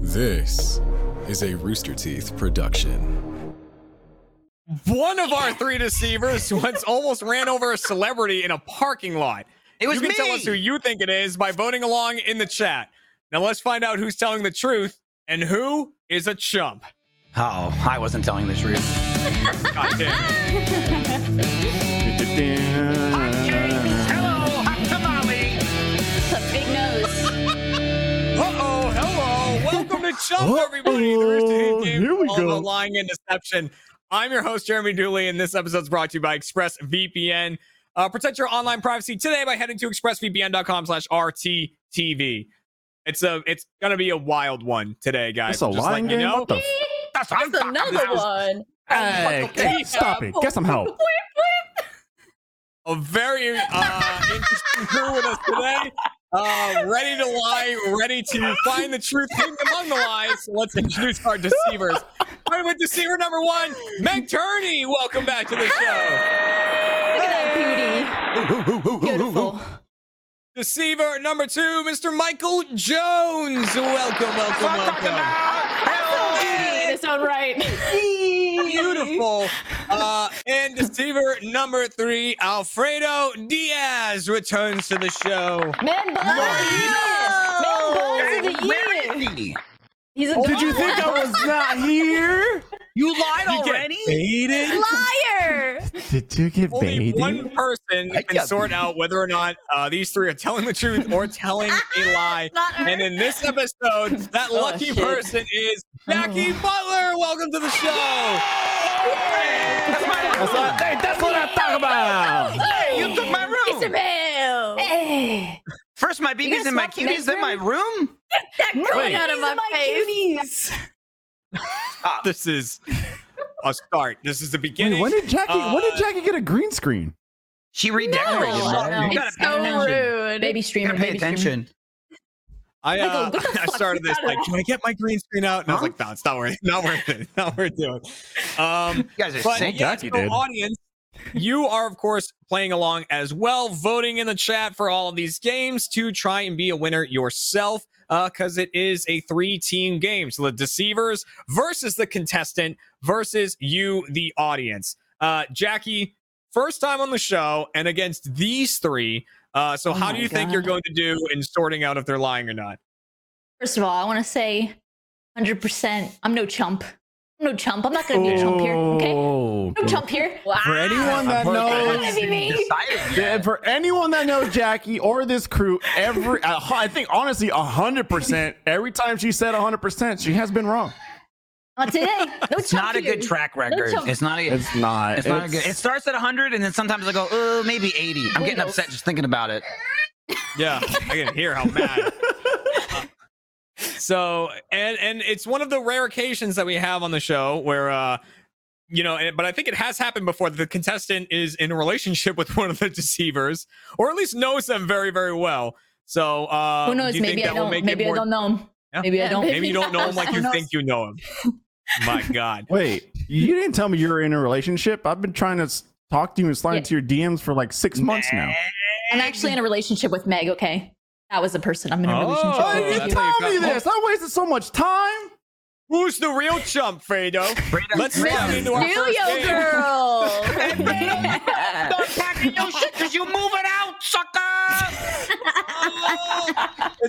This is a Rooster Teeth production. One of our three deceivers once almost ran over a celebrity in a parking lot. It was you can me. tell us who you think it is by voting along in the chat. Now let's find out who's telling the truth and who is a chump. Oh, I wasn't telling the truth. God damn. Hello, hot tamale. Big nose. Uh-oh, hello. Welcome to Chump, everybody. The Rooster Teeth game Here we all go. about lying and deception. I'm your host, Jeremy Dooley, and this episode is brought to you by ExpressVPN. Uh, protect your online privacy today by heading to expressvpn.com slash RTTV. It's a it's gonna be a wild one today, guys. That's a Just lying letting you game. know. What the? F- That's what I'm That's another one. hey, hey, stop it. Get some help. a very uh, interesting crew with us today. Uh, ready to lie, ready to find the truth hidden among the lies. Let's introduce our deceivers. Starting with deceiver number one, Meg Turney. Welcome back to the show. Look at that beauty. Beautiful. Deceiver number two, Mr. Michael Jones. Welcome, welcome, welcome. Beauty in its own right. Beautiful. Uh, and deceiver number three, Alfredo Diaz returns to the show. Man bun of the year. Man bun of the Where year. is he? He's a Did you think I was not here? You lied You get already? baited? liar? Did you get Only one baited? person I can got sort out whether or not uh, these three are telling the truth or telling a lie. Not her. And in this episode, that Oh, lucky shit. Oh. person is Jackie Butler. Welcome to the show. That's my That's what, hey, that's what I talk about. You took my room. Isabel! Hey, First my You babies guys and my swapped the cuties, then my room. That Wait. going out of my, face. cuties. This is a start. This is the beginning. Wait, when did Jackie? Uh, when did Jackie get a green screen? She redecorated. No. Mom. No. You gotta It's pay so attention. rude. Baby You streamer. gotta pay Baby streamer. attention. I, uh, Michael, get the I fuck started this out of like, that. can I get my green screen out? And I was Huh? like, no, it's not worth it. Not worth it. Not worth doing. Um, You guys are But sick. yeah, Jackie so did. audience, you are of course playing along as well, voting in the chat for all of these games to try and be a winner yourself. Because it is a three-team game, so the deceivers versus the contestant versus you, the audience. Uh, Jackie, first time on the show, and against these three. Uh, so, Oh how my do you think God. you're going to do in sorting out if they're lying or not? First of all, I want to say 100%. I'm no chump. I'm no chump. I'm not going to be a chump here. Okay? Oh. No chump here. For anyone that I'm Not knows gonna be me. Decided. Yeah, and for anyone that knows Jackie or this crew, every I I think honestly, hundred percent. Every time she said hundred percent, she has been wrong. Not today. No It's not a good track record. chump. It's not a It's not. it's not a good. It starts at 100, and then sometimes I go, oh, maybe 80. I'm getting Windows. upset just thinking about it. Yeah, I can hear how mad. so, and and it's one of the rare occasions that we have on the show where, uh, you know, and, but I think it has happened before. that The contestant is in a relationship with one of the deceivers, or at least knows them very very well. So, uh, Who knows? do you think Maybe I that will don't. make it Maybe I more- don't know him. Yeah. Maybe I Yeah, don't. Maybe you don't know him like Who you knows? think you know him. My God. Wait, you didn't tell me you were in a relationship. I've been trying to s- talk to you and slide Yeah. into your DMs for like six months now. I'm actually in a relationship with Meg. Okay, that was the person I'm in a relationship. Oh, Why with. did that's you how tell you me got- this? I wasted so much time. Who's the real chump, Fredo? Fredo- Let's dive Fredo. into our first Studio game. girl. Stop packing your shit because you moving out, sucker!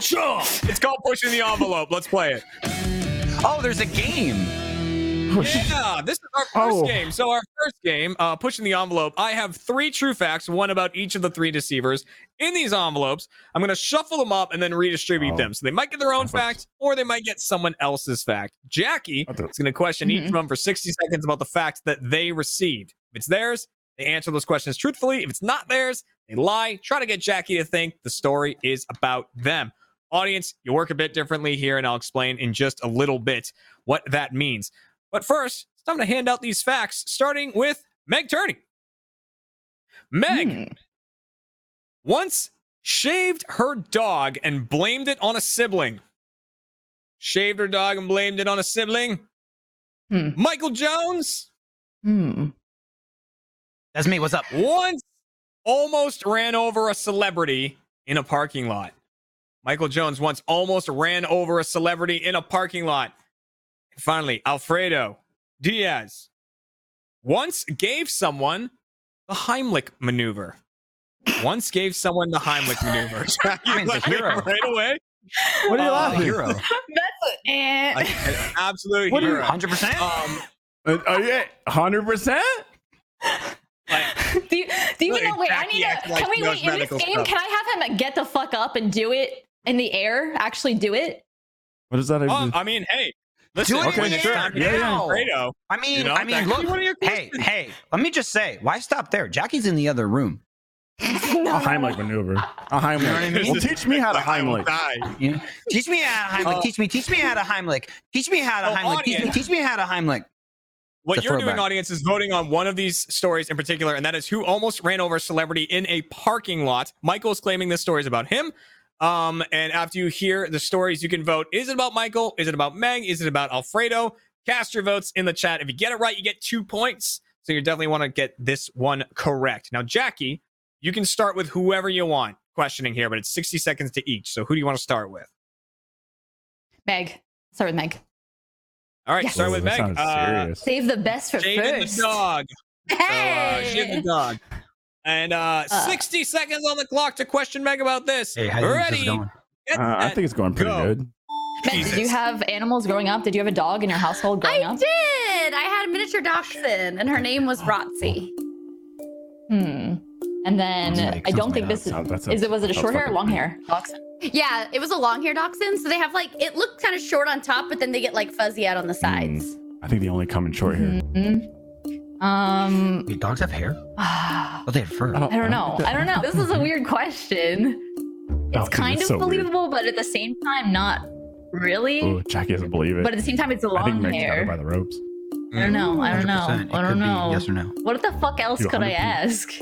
Sure. It's called pushing the envelope. Let's play it. Oh, there's a game. Yeah, this is our first Oh. game. So our first game, uh, pushing the envelope. I have three true facts, one about each of the three deceivers. In these envelopes, I'm going to shuffle them up and then redistribute Oh. them. So they might get their own That works. fact, or they might get someone else's fact. Jackie That does- is going to question each Mhm. of them for 60 seconds about the fact that they received. If it's theirs, they answer those questions truthfully. If it's not theirs, they lie. Try to get Jackie to think the story is about them. Audience, you work a bit differently here, and I'll explain in just a little bit what that means. But first, it's time to hand out these facts, starting with Meg Turney. Meg once shaved her dog and blamed it on a sibling. Shaved her dog and blamed it on a sibling. Hmm. Michael Jones Hmm. That's me. What's up? once almost ran over a celebrity in a parking lot. Michael Jones once almost ran over a celebrity in a parking lot. And finally, Alfredo Diaz once gave someone the Heimlich maneuver. Once gave someone the Heimlich maneuver. Man's a Like, hero. Right away. Uh, Oh, What are you A laughing? hero. Eh. Like, Absolute What do you- hero. 100%? Um, Uh, oh yeah, hundred percent. Do you, do you Look, know? Wait, I Jackie need acts to. like Can we she knows wait in this medical game? stuff. Can I have him get the fuck up and do it in the air? Actually, do it. What does that even? oh, I mean, hey, listen, Do it when it's now. time to Yeah, do yeah. Alfredo, I mean, You know, I that could mean, be look. one of your Hey, hey, let me just say, why stop there? Jackie's in the other room. a Heimlich maneuver. A Heimlich. what I mean? Well, teach me how to Heimlich. Die. You know? Teach me how to Heimlich. Oh. teach me. Teach me how to Heimlich. Teach me how to Oh, Heimlich. Teach me, audience. teach me how to Heimlich. What It's a you're doing, throwback. audience, is voting on one of these stories in particular, and that is who almost ran over a celebrity in a parking lot. Michael's claiming this story is about him. Um, and after you hear the stories, you can vote. Is it about Michael? Is it about Meg? Is it about Alfredo? Cast your votes in the chat. If you get it right, you get two points. So you definitely want to get this one correct. Now, Jackie, you can start with whoever you want questioning here, but it's 60 seconds to each. So who do you want to start with? Meg, start with Meg. All right, Yes. start Ooh, with that Meg. sounds Uh, serious. Save the best for Jaden first. the dog. So, uh, Hey. she had the dog. And uh, Uh. 60 seconds on the clock to question Meg about this. Hey, how do you think this Ready? is going? Get Uh, I set, think it's going pretty go. good. Meg, did you Jesus. have animals growing up? Did you have a dog in your household I growing up? did. I had a miniature dachshund, and her name was Rotsy. Hmm. And then Sounds like- sounds I don't like think that this is. sounds- that sounds- Is it was it a that short sounds hair or long fucking- hair? Yeah, it was a long hair dachshund, so they have like it looked kind of short on top, but then they get like fuzzy out on the sides. mm, I think they only come in short hair. Mm-hmm. Um. Do dogs have hair? I Oh, they have fur. don't- Oh, don't know. I don't know. This is a weird question. Oh, It's dude, kind it's of so weird. believable, but at the same time, not really. Ooh, Jackie doesn't believe it. But at the same time, it's a I think long Meg's got her by hair. the ropes. I don't know. I don't know. 100%. It I could don't be know. yes or no. What the fuck else Dude, could I 100%. ask?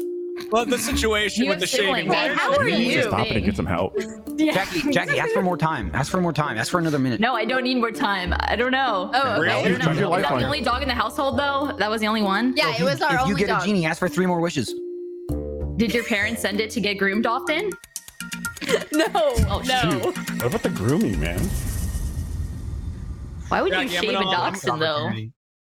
Well, the situation You with the have shaving. siblings. water. How are Maybe you? just stop it and get some help. Jackie, Jackie, ask for more time. Ask for more time. Ask for another minute. No, I don't need more time. I don't know. Oh, okay. I Really? don't know. Turn your life Was that on. the only dog in the household though? That was the only one. Yeah, it was our If you only get dog. a genie, ask for three more wishes. Did your parents send it to get groomed often? No. Oh no. What about the grooming, man? Why would you Jackie, I'm shave a gonna- dachshund though?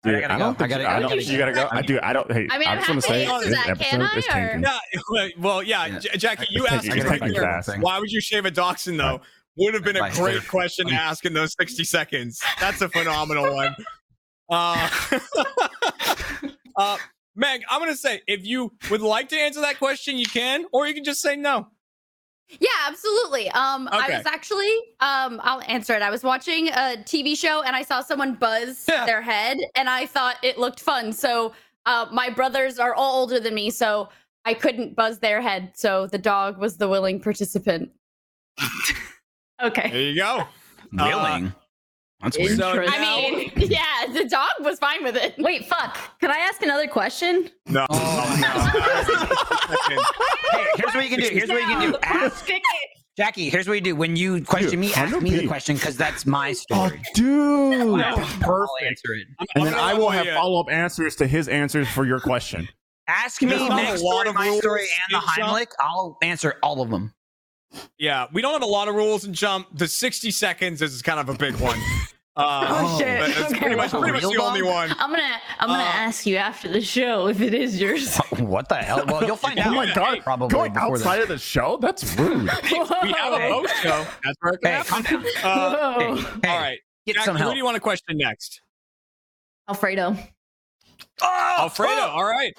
Dude, I gotta I go. don't I think gotta you- go. I don't Why would think you you gotta go. shave? I do. I don't. Hey, I mean, I am just have gonna to say answer this that, can episode is I, or- tanking. Yeah, well, well, yeah, Yeah. J- Jackie, you It's asked taking- this it's taking earlier. fast. Why would you shave a dachshund, though? Would have been a Right. great question to ask in those 60 seconds. That's a phenomenal one. Uh, uh, Meg, I'm going to say if you would like to answer that question, you can, or you can just say no. Yeah, absolutely. Um, Okay. I was actually, um, I'll answer it. I was watching a TV show and I saw someone buzz Yeah. their head, and I thought it looked fun. So, uh, my brothers are all older than me, so I couldn't buzz their head. So the dog was the willing participant. Okay. There you go. Uh, Willing. That's weird. So Interesting. now, I mean, yeah, the dog was fine with it. Wait, fuck. Can I ask another question? no. Hey, here's what you can do. Here's what you can do. Ask Jackie. Here's what you do. When you question me, ask me the 100p. question because that's my Oh, story. dude. I'll answer it. And then I will have follow. follow up answers to his answers for your question. Ask There's me not a next lot story, of my rules story, and the in jump. Heimlich. I'll answer all of them. Yeah, we don't have a lot of rules in jump. The 60 seconds is kind of a big one. Uh, Oh, shit. but That's Okay. pretty much, pretty much the Real only long? one. I'm gonna I'm gonna Uh, ask you after the show if it is yours. What the hell? Well, you'll find out. Oh my god! Probably Going before outside this. of the show? That's rude. We have a Whoa. post show. That's where it Hey, can calm happen. down. Uh, Whoa. Hey, hey, all right. Get Jack, some who help. do you want to question next? Alfredo. Alfredo. All right.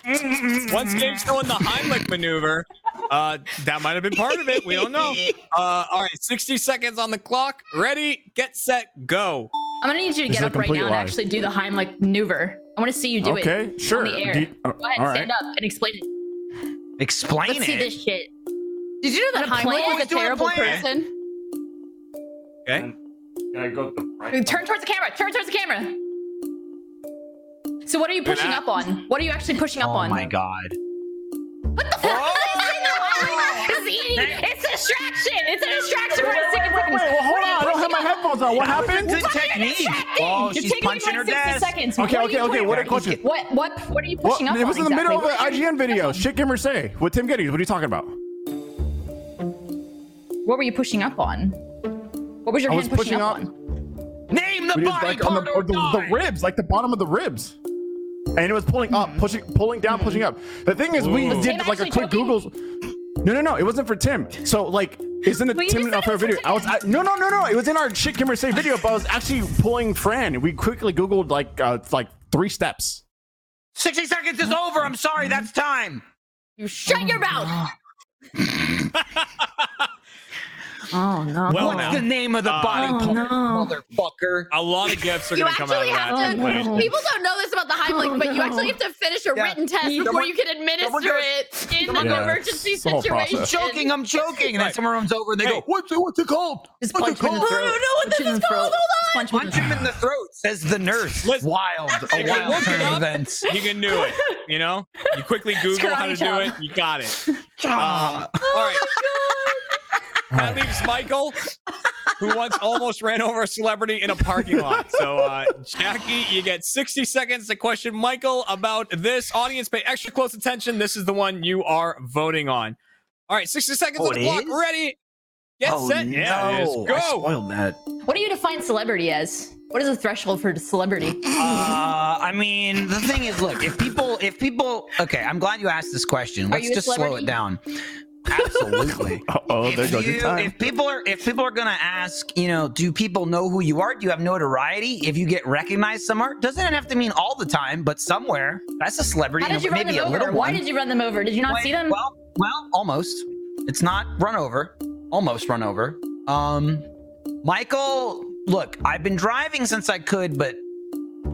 Once game's still in the Heimlich maneuver, uh, that might have been part of it. We don't know. Uh, all right. 60 seconds on the clock. Ready, get set, go. I'm gonna need you to This get is a up right complete now and lie. actually do the Heimlich maneuver. I want to see you do it. okay, sure. On the air. Do you- uh, Go ahead, all stand right. up and explain it. Explain Let's it. see this shit. Did you know that I'm gonna Heimlich plan- was a terrible plan. person? Okay. Um, Turn towards the camera. Turn towards the camera. So what are you pushing up on? What are you actually pushing up Oh on? my god. this is eating. It's a distraction. It's a distraction for a second. Wait, well, hold on. I don't have my headphones on. What happened? Good technique. Oh, You're she's taking punching me her about 60 desk. Seconds. Okay, are okay, you okay, putting- what are you coaching? What, what, what are you Well, pushing up it was in on the middle of exactly? an IGN video. Shit, gamer say with Tim Geddes. What are you talking about? What were you pushing up on? What was your I hand was pushing up up. on? Name the It was body like on part the, or the, die. the ribs, like the bottom of the ribs. And it was pulling Hmm. up, pushing, pulling down, pushing up. The thing is, we Was did Tim like a actually quick joking? Google. No, no, no, it wasn't for Tim. So like, it's in the Well, you Tim just and said Alfredo it was video. for I was Tim. I, no, no, no, no. It was in our shit camera save video, but I was actually pulling Fran. We quickly Googled like uh, like three steps. 60 seconds is over. I'm sorry. That's time. You shut your mouth. Ah. Oh no. Well, What's now. the name of the Uh, body Oh, part, no. motherfucker? A lot of gifts are You going to come out actually of that. have to. Wait. Oh. People don't know this about the Heimlich, Oh, but you no. actually have to finish a Yeah. written test Someone- before you can administer someone goes- it in an someone goes- emergency It's the whole situation. process. joking. I'm joking. And then Right. someone runs over and they Hey. go, what's it, what's it called? Just What's punch it him in the called? throat. Punch what this him in is the throat. called. Hold Punch him in Punch the him in the throat, says the nurse. Listen. wild. A If you wild look it turn of up, events. You can do it. You know, you quickly Google how to karate do it. chop. You got it. Um, all right. Oh That leaves Michael, who once almost ran over a celebrity in a parking lot. So, uh, Jackie, you get 60 seconds to question Michael about this. Audience, pay extra close attention. This is the one you are voting on. All right, 60 seconds Oh, on the it clock. is? Oh, Ready? Get set. Yeah, it is. no. I Go. spoiled that. What do you define celebrity as? What is the threshold for celebrity? Uh, I mean, the thing is, look, if people, if people, okay, I'm glad you asked this question. Let's you a just slow celebrity? it down. Absolutely. Uh oh, there if, goes your you- time. if people are if people are gonna ask, you know, do people know who you are? Do you have notoriety? If you get recognized somewhere, doesn't it have to mean all the time, but somewhere? That's a celebrity. How did and you run maybe them a over? little Why one. did you run them over? Did you not Wait, see them? Well, well, almost. It's not run over. Almost run over. Um, Michael, look, I've been driving since I could, but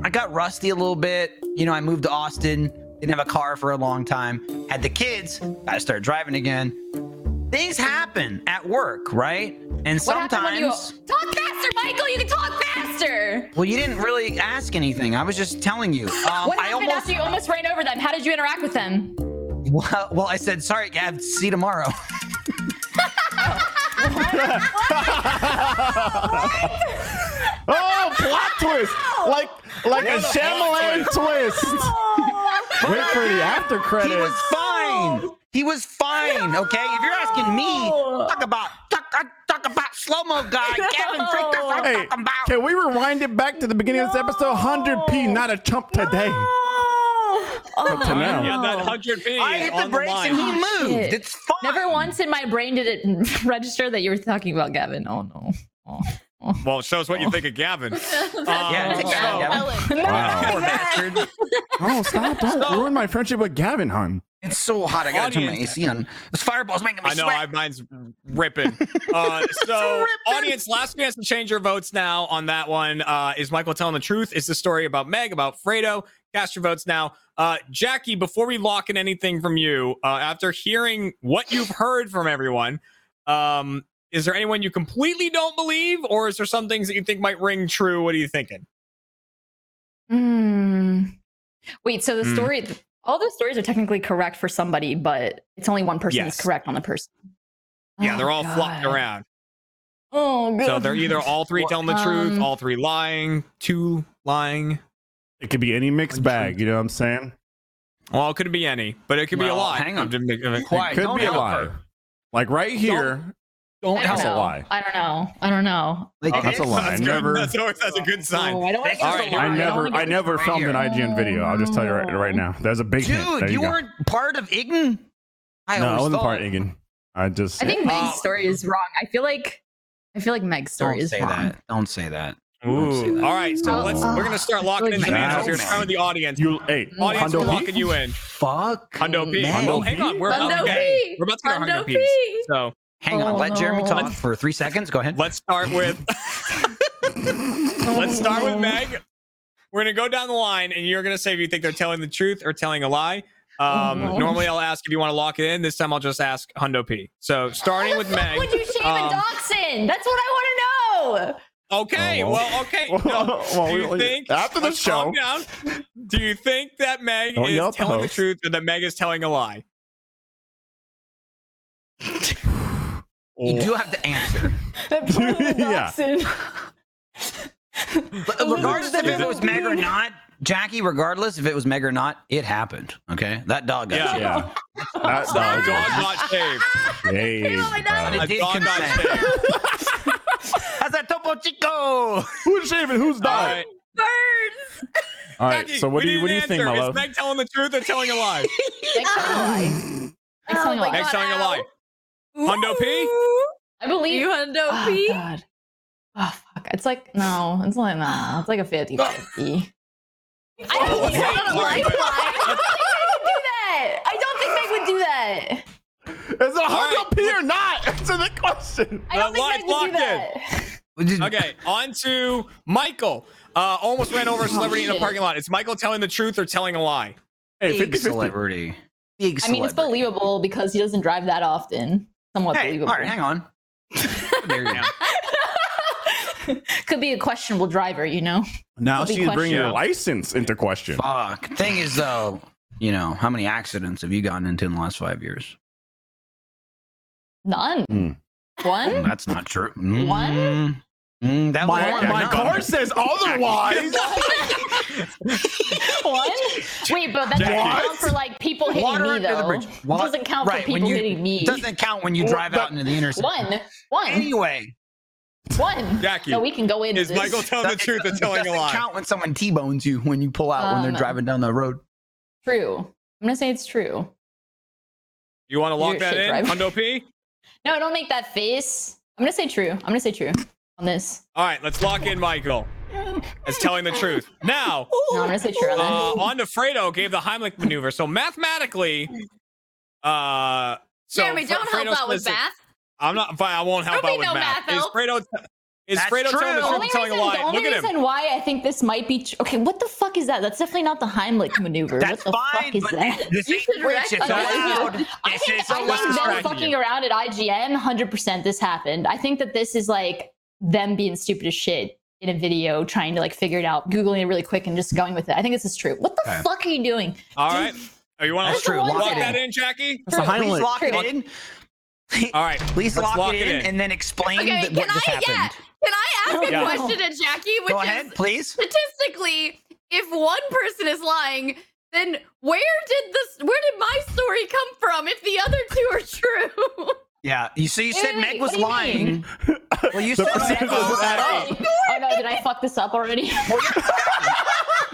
I got rusty a little bit. You know, I moved to Austin, didn't have a car for a long time, had the kids, got to start driving again. Things happen at work, right? And what sometimes. happened when you talk faster, Michael? You can talk faster. well, you didn't really ask anything. I was just telling you. Um, What I happened almost after you almost ran over them? How did you interact with them? well, well, I said sorry, Gab. See you tomorrow. Oh, plot twist! Like like a Shyamalan twist. Wait for the after He was credits. fine. He was fine. Okay, if you're asking me, No. talk about talk, uh, talk about slow mo guy Gavin No. Frick. That's what I'm Hey, talking about. can we rewind it back to the beginning of this episode? 100p, not a chump today. Oh, Up to now. Yeah, that 100 B I is hit on the the brakes line. and he Oh, moved. Shit. It's fine. Never once in my brain did it register that you were talking about Gavin. Oh no. Oh. Well, it shows what Oh. you think of Gavin. Yeah, Um, take that, so- Gavin. Wow. Poor bastard. Oh, stop. Don't ruin my friendship with Gavin, hon. It's so hot. I gotta turn my Audience. AC on. This fireball's making me I know, sweat. I, mine's ripping. Uh, so, audience, last chance to change your votes now on that one. Uh, is Michael telling the truth? Is the story about Meg, about Fredo? Cast your votes now. Uh, Jackie, before we lock in anything from you, uh, after hearing what you've heard from everyone, um, is there anyone you completely don't believe, or is there some things that you think might ring true? What are you thinking? Hmm. Wait, so the Hmm. story, all those stories are technically correct for somebody, but it's only one person Yes. that's correct on the person. Yeah, Oh, they're all flopping God. around. Oh, good. So they're either all three telling the truth, Um, all three lying, two lying. It could be any mixed bag, you know what I'm saying? Well, it could be any, but it could be a Well, lie. hang on. Didn't make- Quiet. Could Don't be a help lie. her. Like right here, Don't I don't help. that's a know. lie. I don't know. I don't know. Like, that's a lie. I That's, good. never, that's always that's a good sign. Oh, I don't wanna This is say a it's a lie. I lie. never, don't wanna I get- never right filmed an here. IGN video. I'll just tell you right, right now. There's a big hint. There Dude, you, go. weren't part of Ign. I No, I always wasn't thought. part Egan. I just. I think Meg's Oh. Um, story is wrong. I feel like, I feel like Meg's story Don't is say wrong. that. Don't say that. Don't say Ooh. that. All right, so Oh. Mm, let's we're gonna start I locking feel in the like hands that's- here. Time with the audience. you, hey, Audience, we're Hondo P? locking you in. Fuck. Hundo P. man. Oh, hang on, we're about to Hundo get P. we're about to get our Hundo Hundo P's. P. So Hang on, Oh, let Jeremy no. talk for three seconds. Go ahead. let's start with let's start with Meg. We're gonna go down the line, and you're gonna say if you think they're telling the truth or telling a lie. Um, Oh, no. Normally, I'll ask if you want to lock it in. This time, I'll just ask Hundo P. So starting with Meg. Would you shave um, a dachshund? That's what I want to know. Okay, Oh, well. well, okay. No. Well, do you we- think after the let's calm show. down. Do you think that Meg Don't yell is at the telling the host. truth or that Meg is telling a lie? You do have to answer. yeah. But regardless if it was Meg or not, Jackie, regardless if it was Meg or not, it happened. Okay? That dog got Yeah. shit. Yeah. That A dog dog not shaved. is- Hey, Oh, my bro. It A did dog not consent. shaved. How's that Chico, Chico. Who's shaving? Who's All dying? right. Birds. All right. Jackie, So what we do you need what do an you think, answer. my Is love? Meg telling the truth or telling a lie? Meg's telling a lie. Meg's Oh telling a my lie. Meg's telling a lie. Hundo P? Ooh. I believe You Hundo Oh, P? God. Oh fuck! It's like no, it's like no, it's like a 50-50. I Oh, don't think Meg wait, would wait, like wait. lie. I don't think Meg would do that. I don't think Meg would do that. Is it a hung right. up here or not? Answer the question. I The don't light think Meg would do blocked that. Okay, on to Michael. Uh, almost ran over a celebrity in a shit. parking lot. Is Michael telling the truth or telling a lie? Hey, Big 50-50. celebrity. Big I mean, it's celebrity. believable because he doesn't drive that often. Somewhat Hey, all believable. right, hang on. How dare you. Could be a questionable driver, you know. Now Big she's bringing your question. license into question. Fuck. Thing is, though, you know, how many accidents have you gotten into in the last five years? None. Hmm. Mm, One. That's not true. Mm, One? mm, that My, was my car says otherwise. One. Wait, but that doesn't What? count for like people hitting Water me under the though. bridge. Wa- Doesn't count right, for when people you- hitting me. Doesn't count when you drive out into the intersection. One. One. Anyway, One. Jackie, No, we can go into Is this. Michael telling the it truth or doesn't- telling it a doesn't lie? count when someone T-bones you when you pull out when Um, they're driving down the road. True. I'm gonna say it's true. You want to lock You're a that shit in, driver. Hundo P? No, don't make that face. I'm gonna say true. I'm gonna say true on this. All right, let's lock in Michael as telling the truth. Now, No, I'm gonna say true on this. uh, on to Fredo gave the Heimlich maneuver. So mathematically, uh, so Jeremy, Fre- don't help Fredo's out with listen- math. I'm not. Fine, I won't help Don't be out with no math. math Is help. Fredo? Is That's Fredo telling the true. The truth only or telling reason, a the lie? only Look at him. reason why I think this might be tr- okay. What the fuck is that? That's definitely not the Heimlich maneuver. That's what the fine, fuck is but that? This You ain't should rich, rec- it's Okay. allowed. I This think, is I what's think allowed. them distracting fucking you? around at IGN, hundred percent. This happened. I think that this is like them being stupid as shit in a video, trying to like figure it out, googling it really quick, and just going with it. I think this is true. What the Okay. fuck are you doing? All right. Oh, you want That's to true. Lock lock it that in. in, Jackie? That's a Please Heimlich. lock it in. All right. Please let's lock, it, in, and then explain Okay, that- what can just I- happened. yeah. Can I ask a Yeah. question to Jackie? Which Go is ahead, please. statistically, if one person is lying, then where did this? Where did my story come from? If the other two are true, Yeah. You so you Wait, said wait, Meg wait, was what do you lying. mean? Well, you The said percentage Meg doesn't was add lying. up. oh no, did I fuck this up already?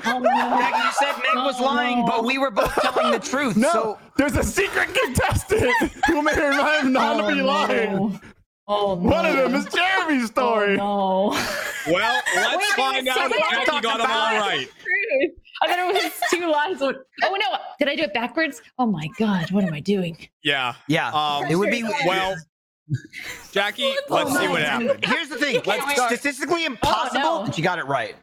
oh no. Meg, you said Meg was lying, but we were both telling the truth. No, So there's a secret contestant who may or may not Oh, be no. lying. Oh no. One of them is Jeremy's story. Oh, no. Well, let's find out second. if Jackie got him all right. Truth. I thought it was two lines. Oh no! Did I do it backwards? Oh my god! What am I doing? Yeah. yeah, Um, it would be well, Jackie, let's see what happens. Here's the thing. It's statistically impossible, Oh, no. but you got it right.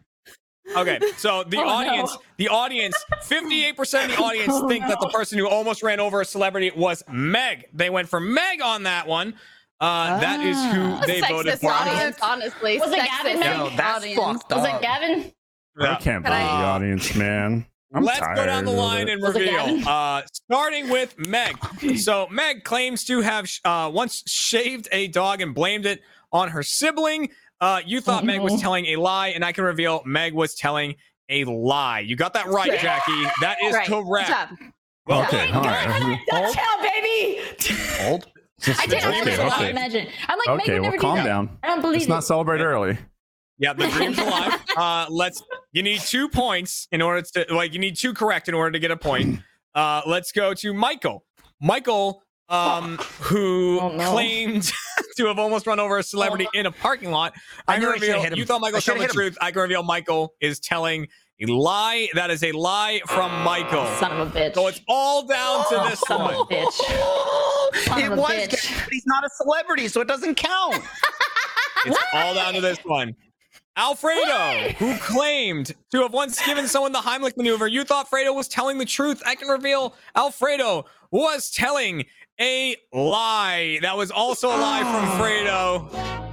Okay, so the Oh, no. audience, the audience, fifty-eight percent of the audience think that the person who almost ran over a celebrity was Meg. They went for Meg on that one. Uh, That is Ah. who they sexist voted for. audience, honestly. Was it sexist Gavin, Meg? No, that's audience. fucked I was up. like, Gavin, I Yeah. can't Can believe I- the audience, man. I'm Let's tired go down the of line it. and Was it reveal. Gavin? Uh, starting with Meg. So Meg claims to have sh- uh, once shaved a dog and blamed it on her sibling. Uh, you thought Meg was Mm-hmm. Mhm. telling a lie, and I can reveal Meg was telling a lie. You got that right, Yeah. Jackie. That is Right. Good correct. job. Well, okay, all right. Dutch hell, baby. Old. I did. I Okay, was like, okay. imagine. I'm like, Okay, Meg would well, never do calm that. down. I don't believe Let's not it. celebrate early. Yeah, the dream's alive. Uh, let's. You need two points in order to like. You need two correct in order to get a point. Uh, let's go to Michael. Michael, um, who Oh, no. claimed to have almost run over a celebrity in a parking lot. I, I can knew I should've reveal. hit him. You thought Michael I was telling the should've hit truth. I can reveal Michael is telling a lie. That is a lie from Michael. Son of a bitch. So it's all down to this Son one. of a bitch. Son it of a was, bitch. Gavin, but he's not a celebrity, so it doesn't count. It's all down to this one. Alfredo, who claimed to have once given someone the Heimlich maneuver, you thought Fredo was telling the truth. I can reveal Alfredo was telling a lie. That was also a lie from Fredo.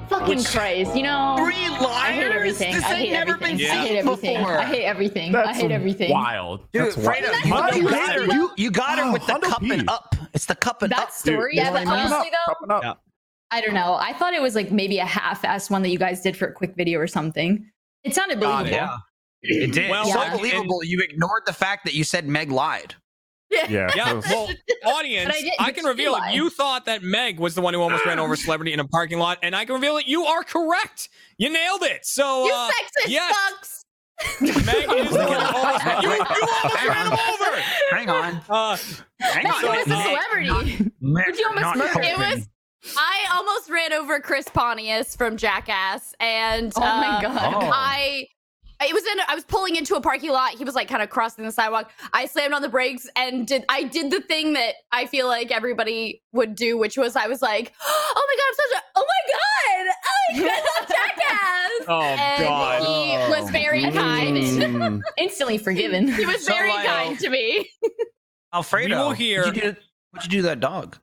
Fucking Christ. You know. Three liars. I hate everything. This I ain't hate never everything. been Yeah. I seen hate everything. before. I hate everything. That's I hate everything. wild. Dude, That's wild. Fredo, Why you, do you got hate her. her? You, you got her Oh, with the Hundo cup P. and up. It's the cup and up. That dude. story, You yeah, know but what I mean? honestly though, Popping up. Yeah. I don't know. I thought it was like maybe a half-assed one that you guys did for a quick video or something. It sounded Got it. believable. Yeah. It did. Well, so yeah. believable. You ignored the fact that you said Meg lied. Yeah. Yeah, well, audience, But I didn't I, can see reveal it. why. You thought that Meg was the one who almost ran over a celebrity in a parking lot, and I can reveal it. You are correct. You nailed it. So, You uh, sexist yes. fucks. Meg is the one who almost ran, you, you almost Hang ran him on. over. Hang on. Uh, Hang No, on. it was a Meg, celebrity. Meg, Would you almost not murder- It Colton. was. I almost ran over Chris Pontius from Jackass, and Oh my uh, god. Oh. I it was in I was pulling into a parking lot. He was like kind of crossing the sidewalk. I slammed on the brakes and did I did the thing that I feel like everybody would do, which was I was like, "Oh my god, I'm such a oh my god, oh my god, I'm jackass!" oh and God. Oh, he was very kind. Mm. Instantly forgiven. He was So, very like, kind to me. Alfredo. We will hear- What'd you do, what'd you do to that dog?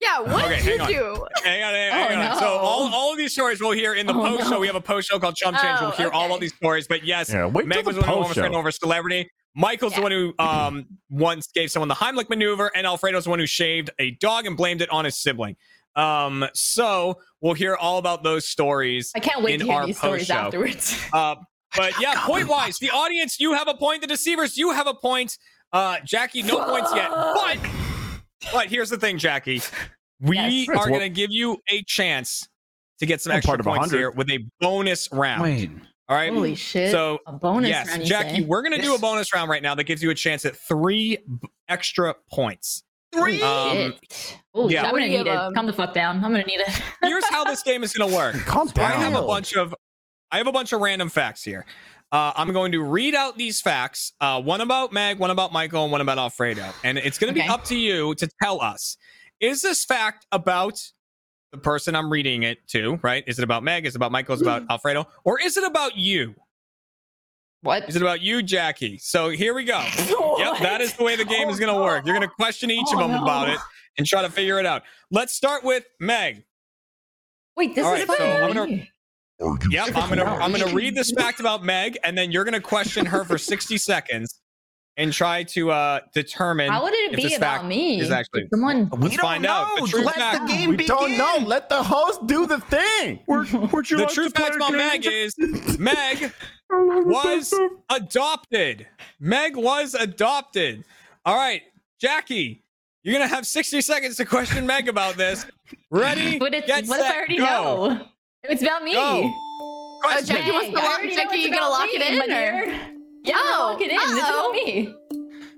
Yeah, what Okay, did you hang on. do? Hang on, hang on. Oh, hang on. no. So all, all of these stories we'll hear in the Oh, post show. no. We have a post show called Chump Change. Oh, We'll hear all okay. about these stories. But yes, Yeah, wait Meg till was the the one who post almost ran show. over a celebrity. Michael's the Yeah. one who um, once gave someone the Heimlich maneuver, and Alfredo's the one who shaved a dog and blamed it on his sibling. Um, so we'll hear all about those stories. I can't wait in to hear our these stories post-show. afterwards. Uh, but yeah, point wise, the audience, you have a point. The deceivers, you have a point. Uh, Jackie, no points yet. But but here's the thing, Jackie. We Yes. are It's going to give you a chance to get some I'm extra part of points 100. here with a bonus round. Wait. All right. Holy shit. So, a bonus yes, round, you Jackie, say. we're going to do a Yes. bonus round right now that gives you a chance at three b- extra points. Holy um, shit. Holy yeah. shit, I'm gonna Three of need it. them. Come the fuck down. I'm gonna need it. Here's how this game is going to work. Calm I have a down. bunch of I have a bunch of random facts here. Uh, I'm going to read out these facts, uh, one about Meg, one about Michael, and one about Alfredo. And it's going to Okay. be up to you to tell us is this fact about the person I'm reading it to, right? Is it about Meg? Is it about Michael? Is it Hmm. about Alfredo? Or is it about you? What? Is it about you, Jackie? So here we go. Yep, that is the way the game is going to work. You're going to question each of Oh, them about no. it and try to figure it out. Let's start with Meg. Wait, this All is right, so about I'm gonna- me. Yep, I'm gonna I'm gonna read this fact about Meg, and then you're gonna question her for 60 seconds and try to uh determine. How would it if be this about fact me? is actually- Oh, someone We Let's don't find know. out. The true Let fact- the game We begin. don't know. Let the host do the thing. The true fact about Meg is Meg was adopted. Meg was adopted. All right, Jackie, you're gonna have 60 seconds to question Meg about this. Ready? But it's, Get what if set, I already go. know? It's about me. Go. Oh, Jackie Hey, wants to I lock. already know Jackie, it's you gonna about lock me, it my in? or- dear. Yeah, I'm gonna Oh, lock it in. It's uh-oh. about me.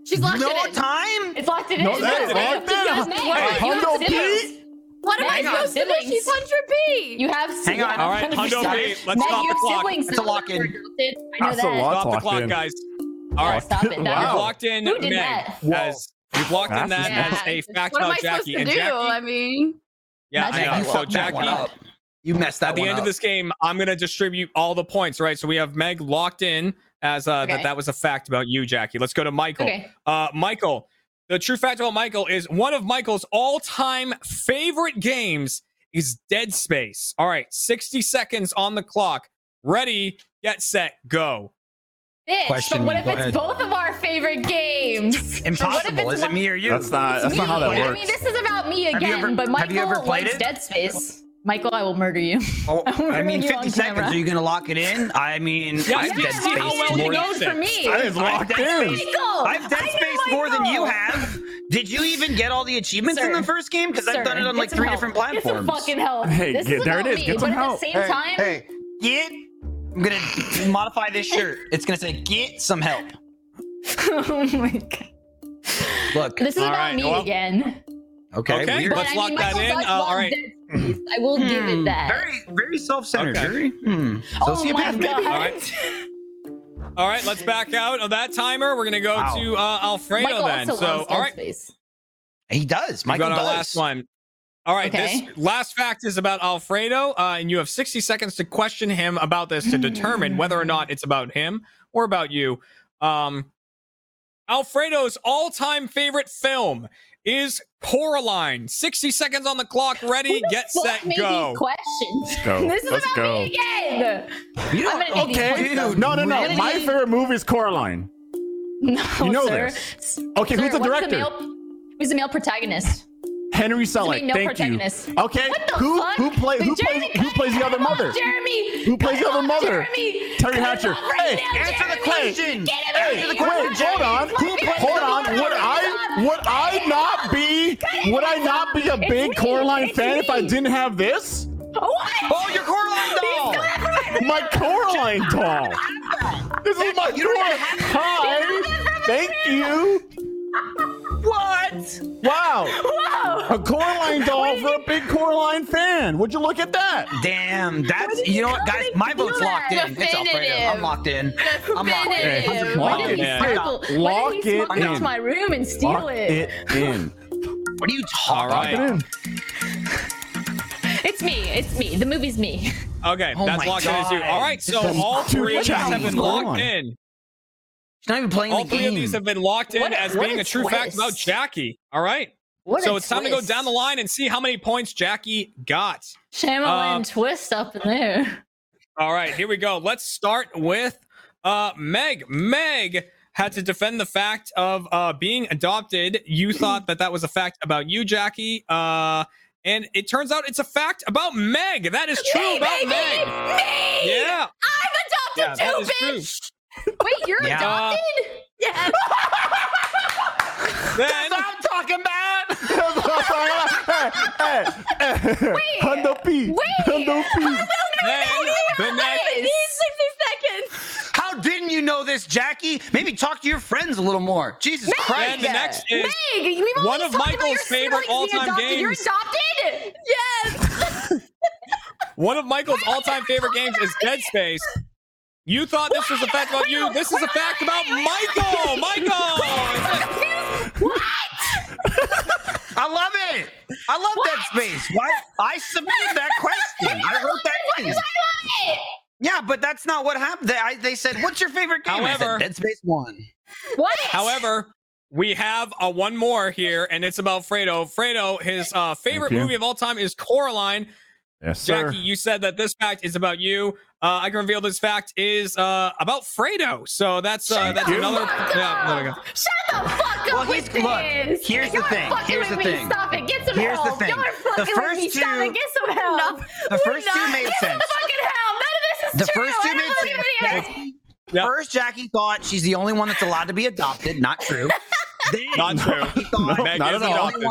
She's locked no it in. time. It's locked it in. No, It's that- locked it locked in. in. You have Hey, siblings. You Hundo have siblings. What am I Meg, supposed to do? siblings. She's 100p. You have Hang on. All right, Hundo B, let's stop the clock. Siblings It's a lock-in. I know That's a that. lot. Stop the Locked clock, in. guys. All right. Stop it. Wow. You've That locked in Who did Meg that? as you've locked in That's that insane. as a fact what am I about Jackie supposed and to do? Jackie. I mean, Yeah, Magic I you know. Hour. So fucked that one Jackie, up. You messed that at the one end up. of this game, I'm gonna distribute all the points, right? So we have Meg locked in as uh, that Okay. that was a fact about you, Jackie. Let's go to Michael. Okay. Uh, Michael, the true fact about Michael is one of Michael's all-time favorite games is Dead Space. All right, 60 seconds on the clock. Ready, get set, go. Bitch, Question, but what if go it's ahead. both of our favorite games? But Impossible. what if Is it's it one- me or you? That's not. That's not how that Me. I works. mean, this is about me Have you again, ever- but have Michael you ever played likes it? Dead Space. Michael, I will murder you. Oh, I We're mean, you on 50 seconds. camera. Are you gonna lock it in? I mean, Yeah, I've yeah, dead see space how well more you than- know for me. That is locked in. Michael, I've dead I know space I more than you know. have. Did you even get all the achievements in Sir. the first game? Because I've Sir, done it on get like some three help. different Get some platforms. fucking help. Hey, this get- there it about is. Me, Get but some at help. the same Hey, time, Hey, get. I'm gonna modify this shirt. It's gonna say get some help. oh my god. Look. This is All about right, me well- again. Okay. Okay, weird. But Let's I lock mean, that Michael in. does Uh, all love right. Dead Space. I will give it Hmm, that. Very, very self-centered. Okay. Very hmm. oh my sociopath. god. All right. All right, let's back out of that timer. We're gonna go Wow. to uh, Alfredo Michael then. also So, loves Dead all right, Space. He does. We've Michael got our does. last one. All right, Okay. this last fact is about Alfredo, uh, and you have 60 seconds to question him about this to determine whether or not it's about him or about you. Um, Alfredo's all time favorite film is Coraline. 60 seconds on the clock. Ready, get, Fuck set, me, go. These questions. Go. This is Let's about go. me again. You I'm don't- gonna take these okay, points, dude. No, no, Really? no. My favorite movie is Coraline. No, You know sir. this. Okay, Sir, who's the what's director? male, who's the male protagonist? Henry Selleck. made no Thank protagonist. you. Okay. What the who fuck? who play, The who Jeremy plays who Kyle- plays the other Come on, mother? Jeremy. Who plays the Come other on, mother? Jeremy. Terry Come Hatcher. on right Hey, now, answer the Jeremy. question. Get him Hey, out of wait, here. hold on. It's Who my play, favorite hold on. daughter. Would I would I not be would I not be a It's big me. Coraline It's fan if I me. didn't have this? What? Oh, your Coraline doll. My Coraline doll. This is my Coraline. Hi. Thank you. What? Wow. Whoa. A Coraline doll for a big Coraline fan. Would you look at that? Damn, that's you know what, guys. My vote's locked that? in. It's Alfredo. I'm locked in. I'm locked in. Definitive. I'm Why locked did he in. Yeah. smuggle? Why did Lock he it smuggle in. into my room and steal Lock it? it in. What are you All talking right. Lock it in. It's me. It's me. The movie's me. Okay, Oh that's my locked in as you. God. All right, so This is all too three of these have challenging. been Hold on. locked in. She's not even playing All the three of game. these have been locked in What a- as what being a a true fact twist. about Jackie. All right, What so a it's time to go twist. down the line and see how many points Jackie got. Shyamalan Uh, Um, twist up in there. All right, here we go. Let's start with uh, Meg. Meg had to defend the fact of uh, being adopted. You thought that that was a fact about you, Jackie. Uh, and it turns out it's a fact about Meg. That is true Me, about baby, Meg. me! Yeah. I'm yeah, adopted that too, is true. Uh, bitch. Wait, you're Yeah. adopted? Yeah. Then, I'm talking about. hey, hey. Hundo P. Hundo P. then the next Wait, these 60 seconds. How didn't you know this, Jackie? Maybe talk to your friends a little more. Jesus Then Christ. the next is Meg, we've always One of talked about Michael's your favorite siblings being all-time adopted. You're games. adopted. Yes. one of Michael's all-time favorite games is Dead Space. You thought this was a fact about you. This is a fact about Michael. Michael. I love it. I love that space. Why? I submitted that question. I wrote that thing. Yeah, but that's not what happened. They, I, they said, "What's your favorite game?" However- I said, Dead Space One. What? However, we have a one more here, and it's about Fredo. Fredo, his uh, favorite Thank you. movie of all time is Coraline. Yes, Jackie, you said that this fact is about you. Uh, I can reveal this fact is uh, about Fredo. So that's uh, that's another. Yeah, there we go. Shut the fuck up Well, with he's- look, this. here's the You're thing. fucking Here's with the me. thing. Stop it. Get some Here's the help. thing. You're The fucking with first me. Stop two- it. Get some help. The first two made sense. Get some fucking help. None of this is The true. first two I made don't sense. believe any of Jackie- Yep. First, Jackie thought she's the only one that's allowed to be adopted. Not true. Then Not true. He thought No, Meg not is at all. adopted.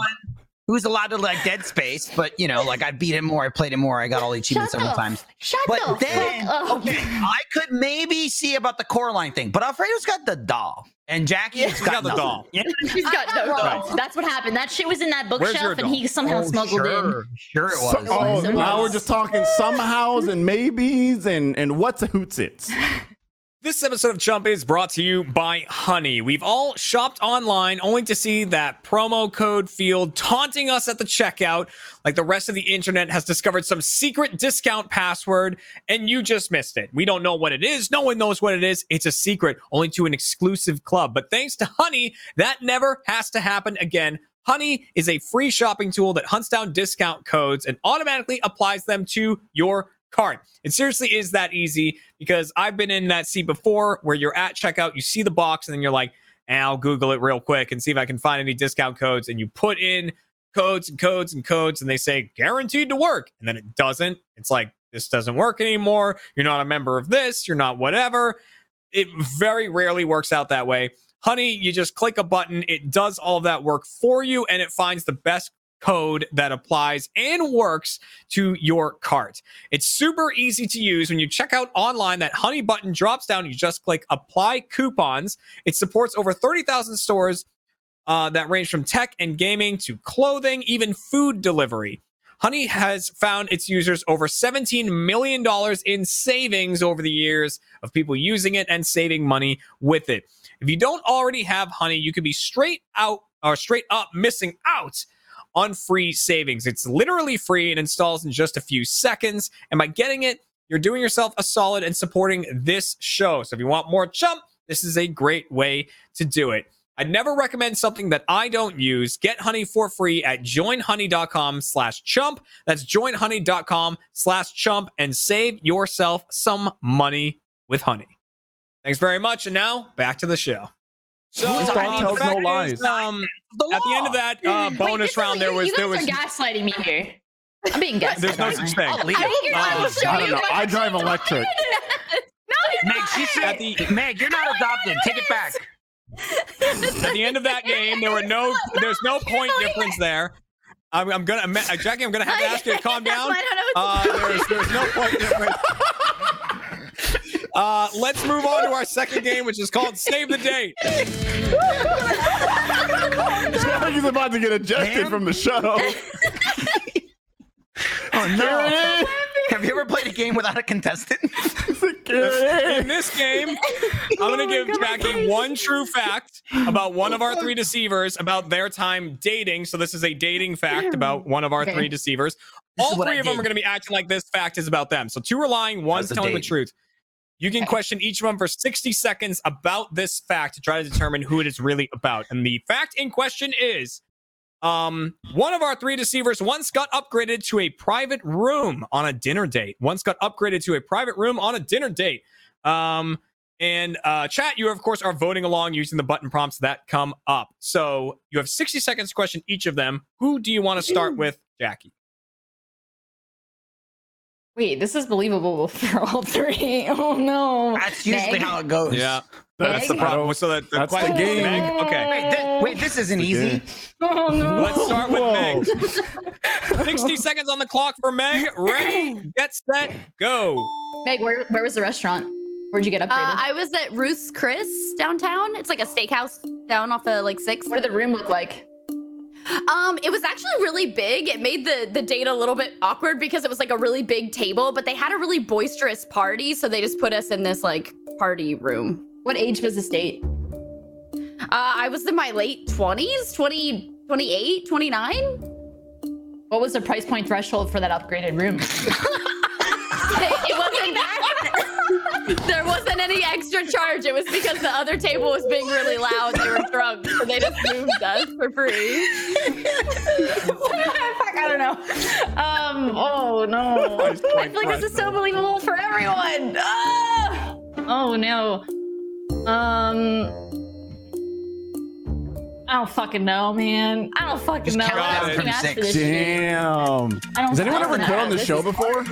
who's allowed to like Dead Space, but you know, like I beat him more, I played him more, I got all the achievements Shut several the- times. Shut But the then, fuck up. okay, I could maybe see about the Coraline thing, but Alfredo's got the doll, and Jackie's He's got the nothing. doll. Yeah, He's got no Right. thoughts. That's what happened. That shit was in that Where's your bookshelf, and he somehow Oh, smuggled in. sure. Sure, it was. So- oh, It now was. we're just talking somehows and maybes and and what's a hoots it's. This episode of Chump is brought to you by Honey. We've all shopped online only to see that promo code field taunting us at the checkout, like the rest of the internet has discovered some secret discount password and you just missed it. We don't know what it is. No one knows what it is. It's a secret only to an exclusive club. But thanks to Honey, that never has to happen again. Honey is a free shopping tool that hunts down discount codes and automatically applies them to your cart. It seriously is that easy because I've been in that seat before where you're at checkout, you see the box, and then you're like, eh, I'll Google it real quick and see if I can find any discount codes. And you put in codes and codes and codes, and they say guaranteed to work. And then it doesn't. It's like, this doesn't work anymore. You're not a member of this. You're not whatever. It very rarely works out that way. Honey, you just click a button, it does all that work for you, and it finds the best code that applies and works to your cart. It's super easy to use. When you check out online, that honey button drops down. You just click apply coupons. It supports over 30,000 stores uh, that range from tech and gaming to clothing, even food delivery. Honey has found its users over $17 million in savings over the years of people using it and saving money with it. If you don't already have Honey, you could be straight out or straight up missing out on free savings. It's literally free and installs in just a few seconds. And by getting it, you're doing yourself a solid and supporting this show. So if you want more chump, this is a great way to do it. I'd never recommend something that I don't use. Get honey for free at joinhoney.com slash chump. That's joinhoney.com slash chump and save yourself some money with honey. Thanks very much. And now back to the show. So Whose I thought mean, the tells no fact is, lies? um, at the end of that uh, bonus round, there was you there guys was are gaslighting me here. I'm being gaslighted. there's no aren't such I? thing. Um, I'll leave I it. figured I would show I don't you. know. but I drive electric. Meg, she said, At the- Meg, you're not adopted. Take it back. at the end of that game, there were no, there's no point difference there. I'm, I'm gonna, I'm- uh, Jackie, I'm gonna have to ask you to calm down. I don't know what Uh, there's, there's no point difference. Uh, let's move on to our second game, which is called Save the Date. He's about to get ejected Man. from the show. Oh, Here it Have you ever played a game without a contestant? is. Here it In is. this game, I'm Oh gonna give Jackie one true fact about one of our three deceivers about their time dating. So this is a dating fact about one of our Okay. three deceivers. This is All what three I of them did. are gonna be acting like this fact is about them. So two are lying, one's That's a telling the date. truth. You can question each one for 60 seconds about this fact to try to determine who it is really about. And the fact in question is um, one of our three deceivers once got upgraded to a private room on a dinner date. Once got upgraded to a private room on a dinner date. Um, and uh, chat, you of course are voting along using the button prompts that come up. So you have 60 seconds to question each of them. Who do you want to start with, Jackie? Wait, this is believable for all three. Oh no. That's usually Meg. how it goes. That's the Meg. problem. So that That's the game. Meg? Okay. Wait, thi- wait, this isn't easy. Oh no. Let's start with Whoa. Meg. 60 seconds on the clock for Meg. Ready, get set, go. Meg, where, where was the restaurant? Where'd you get upgraded? Uh, I was at Ruth's Chris downtown. It's like a steakhouse down off of like six. what did the room look like? Um, it was actually really big. It made the the date a little bit awkward because it was like a really big table, but they had a really boisterous party, so they just put us in this like party room. What age was this date? Uh, I was in my late 20s, 20, 28, 29. What was the price point threshold for that upgraded room? it wasn't there wasn't any extra charge. It was because the other table was being really loud. They were drunk, so they just moved us for free. Fuck, I don't know. Um, oh no. I feel like this is so believable for everyone. Ah! Oh no. Um I don't fucking know, man. I don't fucking Just know. count I down don't from ask for six. this shit. Damn. I don't Has anyone fucking ever know. been on the This show is- before?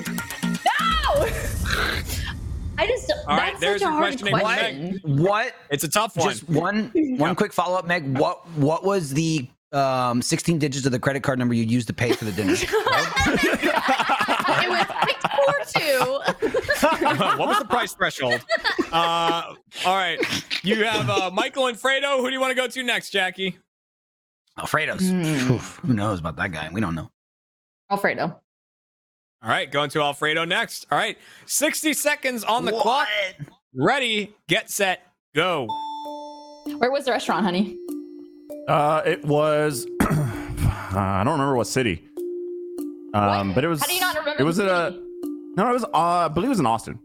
I just All right, that's there's such your a hard question in question. Meg. What? It's a tough one. Just one one quick follow up, Meg. What what was the um, 16 digits of the credit card number you used to pay for the dinner? It was like four two. Uh, what was the price threshold? Uh, all right. You have uh, Michael and Fredo. Who do you want to go to next, Jackie? Alfredo's. Mm. Oof, who knows about that guy? We don't know. Alfredo. All right, going to Alfredo next. All right. 60 seconds on the clock. Ready, get set, go. Where was the restaurant, honey? Uh, it was. I don't remember what city. Um, but it was. How do you not remember? It was the at a. city? No, it was. Uh, I believe it was in Austin.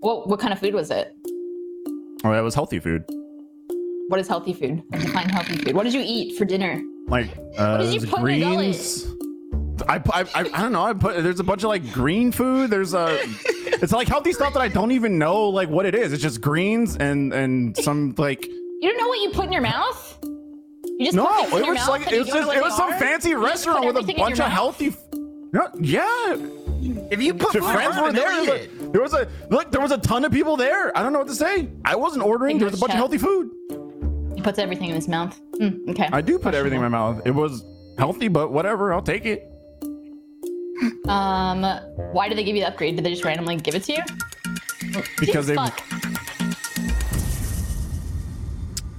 What what kind of food was it? Oh, that was healthy food. What is healthy food? Define healthy food. What did you eat for dinner? Like uh, did you there's put in your gullet? greens. I, pu- I, I, I don't know. I put there's a bunch of like green food. There's a. It's like healthy stuff that I don't even know like what it is. It's just greens and and some like. You don't know what you put in your mouth? You just No, put things in it your was mouth like and it you was don't know just, what it they was some are? fancy You just restaurant put with a everything in your bunch of mouth? healthy. F- No, yeah, If you put Your food in friends front were of them, there. they'll There was, eat a, there it. was a look. There was a ton of people there. I don't know what to say. I wasn't ordering. Think There was a bunch of about healthy food. He puts everything in his mouth. Mm, okay. I do put everything in my mouth. It was healthy, but whatever. I'll take it. Um, why did they give you the upgrade? Did they just randomly give it to you? Because they. Fuck,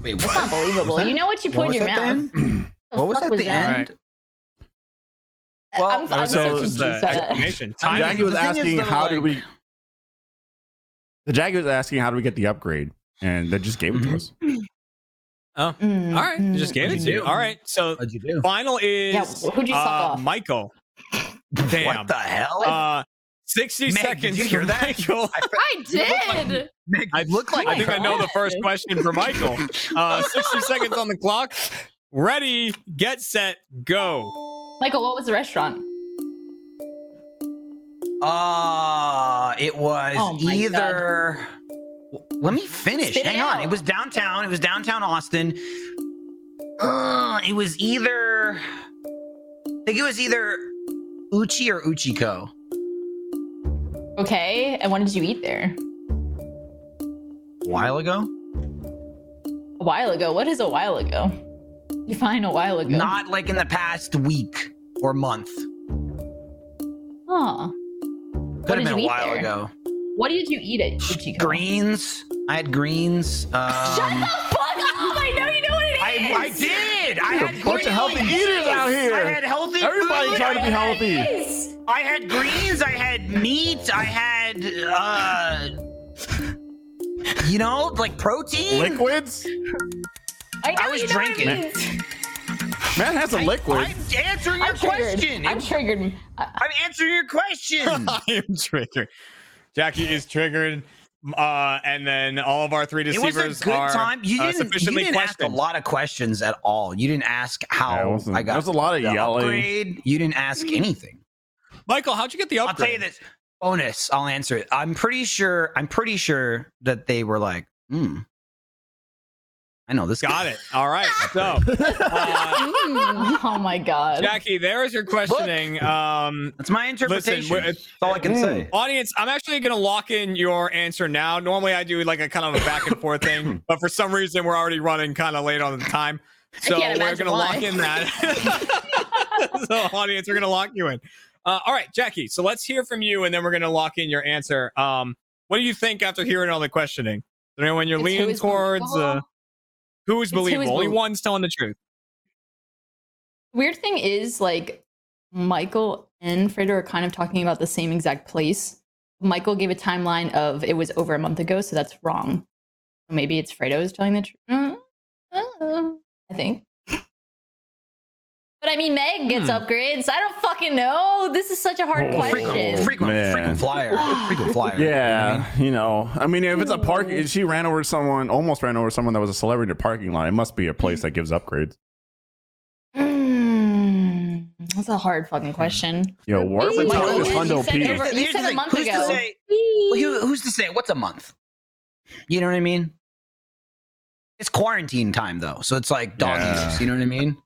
Wait, it's not what? believable. You know what you put in was your that mouth. then? The What was fuck at the that? end? Well, Well, I'm, I'm so- uh, so confused the by that. explanation. Time. Jackie was The thing is, asking, though, how did like- we? The Jackie was asking, how do we get the upgrade? And they just gave it to Mhm. us. Mm, Oh, All right, mm. just gave it to you. All right, so What'd you do? final is Yeah, who'd you suck uh, off? Michael. Damn. What the hell? uh, 60 Meg, seconds. did you hear for that? Michael. I did. Meg, I look like I think I know the first question for Michael. Uh, 60 seconds on the clock. Ready, get set, go. Michael, what was the restaurant? Ah, it was Oh my either Let me finish. Spit it Hang on. out. It was downtown. It was downtown Austin. Uh, it was either. I think it was either Uchi or Uchiko. Okay. And when did you eat there? A while ago? A while ago. What is a while ago? Define a while ago. Not like in the past week or month. Huh. Could did have been a you eat while there? ago. What did you eat at Ichigo? Greens. I had greens. Um, Shut the fuck up! I know you know what it is. I, I did. I There's had a bunch of healthy greens. eaters out I here. had healthy Everybody food. trying to be healthy. I had greens. I had meat. I had, uh, you know, like protein. Liquids? I, know I was you know what drinking. I mean. Man has a liquid. I'm answering your I'm triggered. question. I'm I'm, triggered. I- answering your question. I am triggered. Jackie is triggered. Uh, and then all of our three it deceivers was a good are time. You uh, didn't, you sufficiently didn't ask a questioned. lot of questions at all. You didn't ask Yeah, it how wasn't- I got there was a lot of the yelling. upgrade. You didn't ask anything. Michael, how'd you get the upgrade? I'll tell you this bonus. I'll answer it. I'm pretty sure. I'm pretty sure that they were like, hmm. I know this. Got guy." it. All right. So, uh, Mm. oh my god. Jackie, there is your questioning. Um, That's my interpretation. we're- That's all I can mm. say. audience, I'm actually going to lock in your answer now. Normally, I do like a kind of a back and forth thing, but for some reason, we're already running kind of late on the time. So, can't we're going imagine to why. lock in that. so, audience, we're going to lock you in. Uh, all right, Jackie. So, let's hear from you, and then we're going to lock in your answer. Um, what do you think after hearing all the questioning? Is there anyone you're It's who leaning is towards? Uh, who believable. is It's who is believable? Only believable. one's telling the truth. Weird thing is, like, Michael and Frida are kind of talking about the same exact place. Michael gave a timeline of it was over a month ago, so that's wrong. Maybe it's Fredo is telling the truth. I think. But I mean, Meg Hmm. gets upgrades. I don't fucking know. This is such a hard Oh, question. Frequent, frequent, man. frequent flyer. Frequent flyer. Yeah, you know. I mean, if it's a park, if she ran over someone, almost ran over someone that was a celebrity in a parking lot. It must be a place that gives upgrades. Mm, that's a hard fucking Hmm. question. Yo, where Ooh, we talking this you Hundo said P? over- you Here's the said a thing, month who's to ago. say- Well, who- who's to say? What's a month? You know what I mean? It's quarantine time though, so it's like dog Yeah. years. You know what I mean?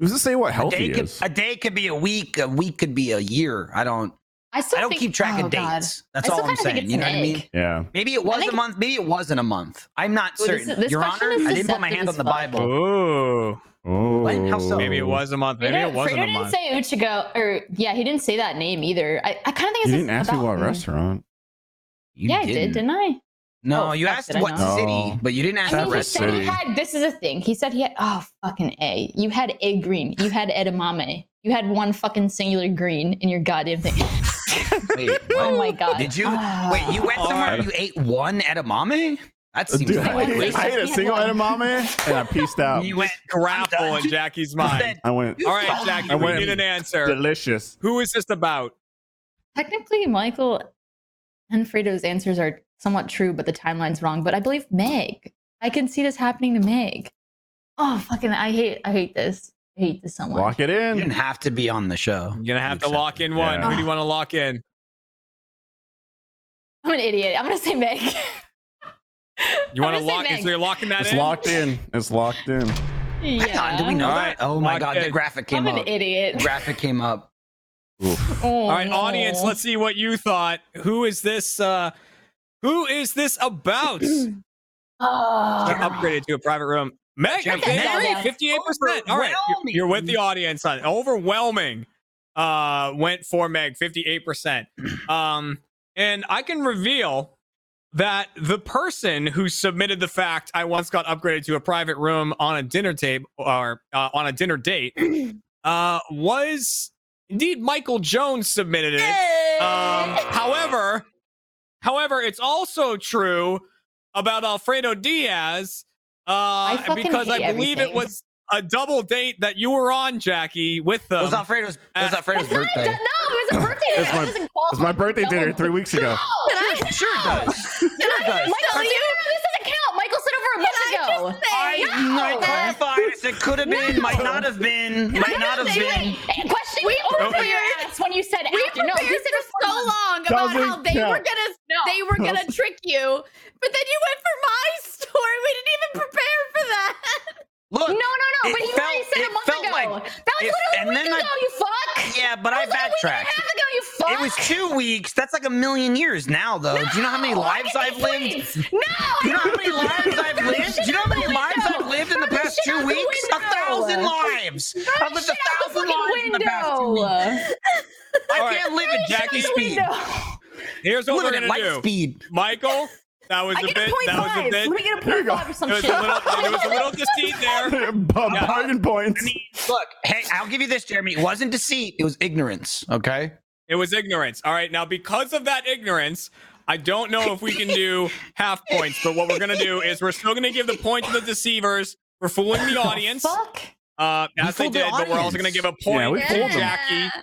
Who's to say what A healthy day, could, is? a day could be a week. A week could be a year. I don't. I still I don't think- keep track oh, of God. dates. That's I all still I'm kinda think saying. it's You know an what I mean? egg. yeah. Maybe it was think- a month. Maybe it wasn't a month. I'm not Well, this- certain. this Your question Honor, is I didn't put my deceptive hand as on the fuck. Bible. Ooh. Oh, When? How so? Maybe it was a month. Maybe Fredo, it wasn't Fredo a didn't month. say Uchigo, or yeah, he didn't say that name either. I, I kind of think You it's didn't ask me about, what restaurant. You yeah, I did, didn't I? No, Oh, you fuck, asked did I what not? No. city, but you didn't ask I mean, the he rest. Breakfast said he City. had. This is a thing. He said he had. Oh, fucking a. You had a green. You had edamame. You had one fucking singular green in your goddamn thing. Wait, what? Oh my god. Did you Ah. wait? You went somewhere. God. and You ate one edamame. That seems Dude, I, like ate, I ate a single edamame and I pieced out. you went Grapple I'm in done. Jackie's You mind. said- I went All right, Jackie, I we went- need an answer. delicious. Who is this about? Technically, Michael and Fredo's answers are somewhat true, but the timeline's wrong. But I believe Meg. I can see this happening to Meg. Oh fucking! I hate. I hate this. I hate this so Oh much. Lock it You didn't in. have to be on the show. You're gonna have to lock in one. Yeah. Who do you want to lock in? I'm an idiot. I'm gonna say Meg. You I'm want to gonna say lock in? Meg. So you're locking that It's in. locked in. It's locked in. Oh yeah. Hang on, do we know All right, uh, that? Oh my locked god, the in. graphic I'm came an up. The idiot. Oh. graphic came up. All right, audience, let's see what you thought. Who is this? uh Who is this about? They're Ah. upgraded to a private room. Meg, Jackie, Meg. fifty-eight percent. All right, you're- you're with the audience on overwhelming. Uh, went for Meg, fifty-eight percent. Um, and I can reveal that the person who submitted the fact I once got upgraded to a private room on a dinner table or uh, on a dinner date uh, was indeed Michael Jones submitted it. Um, however, however, it's also true about Alfredo Diaz uh, fucking because I hate believe it everything. was a double date that you was on, Jackie, with It them. was Alfredo's. It was uh, Alfredo's No, birthday. Oh, it was a birthday. It's That my- doesn't It's my qualify. birthday No, dinner three weeks ago. No, no, no. Sure does. Sure does. Michael, you this doesn't count. Michael said over a month ago. I, I clarified. I said could have been, might not have been, might not have been. And question we over for your ass when you said We after. No, prepared he said for so before. long about Doesn't how they count. were gonna No. they were gonna trick you, but But then you went for my story. We didn't even prepare for that. Look. No, no, no. it But you felt- already said it a month felt ago. like that was if- and literally then a week I- ago, you fuck. Yeah, but I that was like backtracked. A week and a half ago, you fuck. It was two weeks. That's like a million years now, though. Do you know how many No, lives look at I've the lived? tweets. No. I Do you know how don't many know. lives I've Throw the lived? Do you shit know how out many the lives window. I've lived in the Throw past shit two out the weeks? A window. thousand lives. I've lived Shit a out the thousand fucking lives in the past two weeks. window. I All can't live at Jackie's speed. window. Here's what Living we're at gonna light do, speed. Michael. That was I a get a bit. point That was a five. Let bit. me get a point go. five or some There was shit. a little. There was a little deceit there. Bu- Bargain points. Look, hey, I'll give you this, Jeremy. It wasn't deceit. It was ignorance. Okay. It was ignorance. All right. Now, because of that ignorance, I don't know if we can do half points, but what we're going to do is we're still going to give the point to the deceivers for fooling the audience, Fuck. uh, You as they fooled the did, but we're also audience. going to give a Yeah, we point fooled to them. Jackie.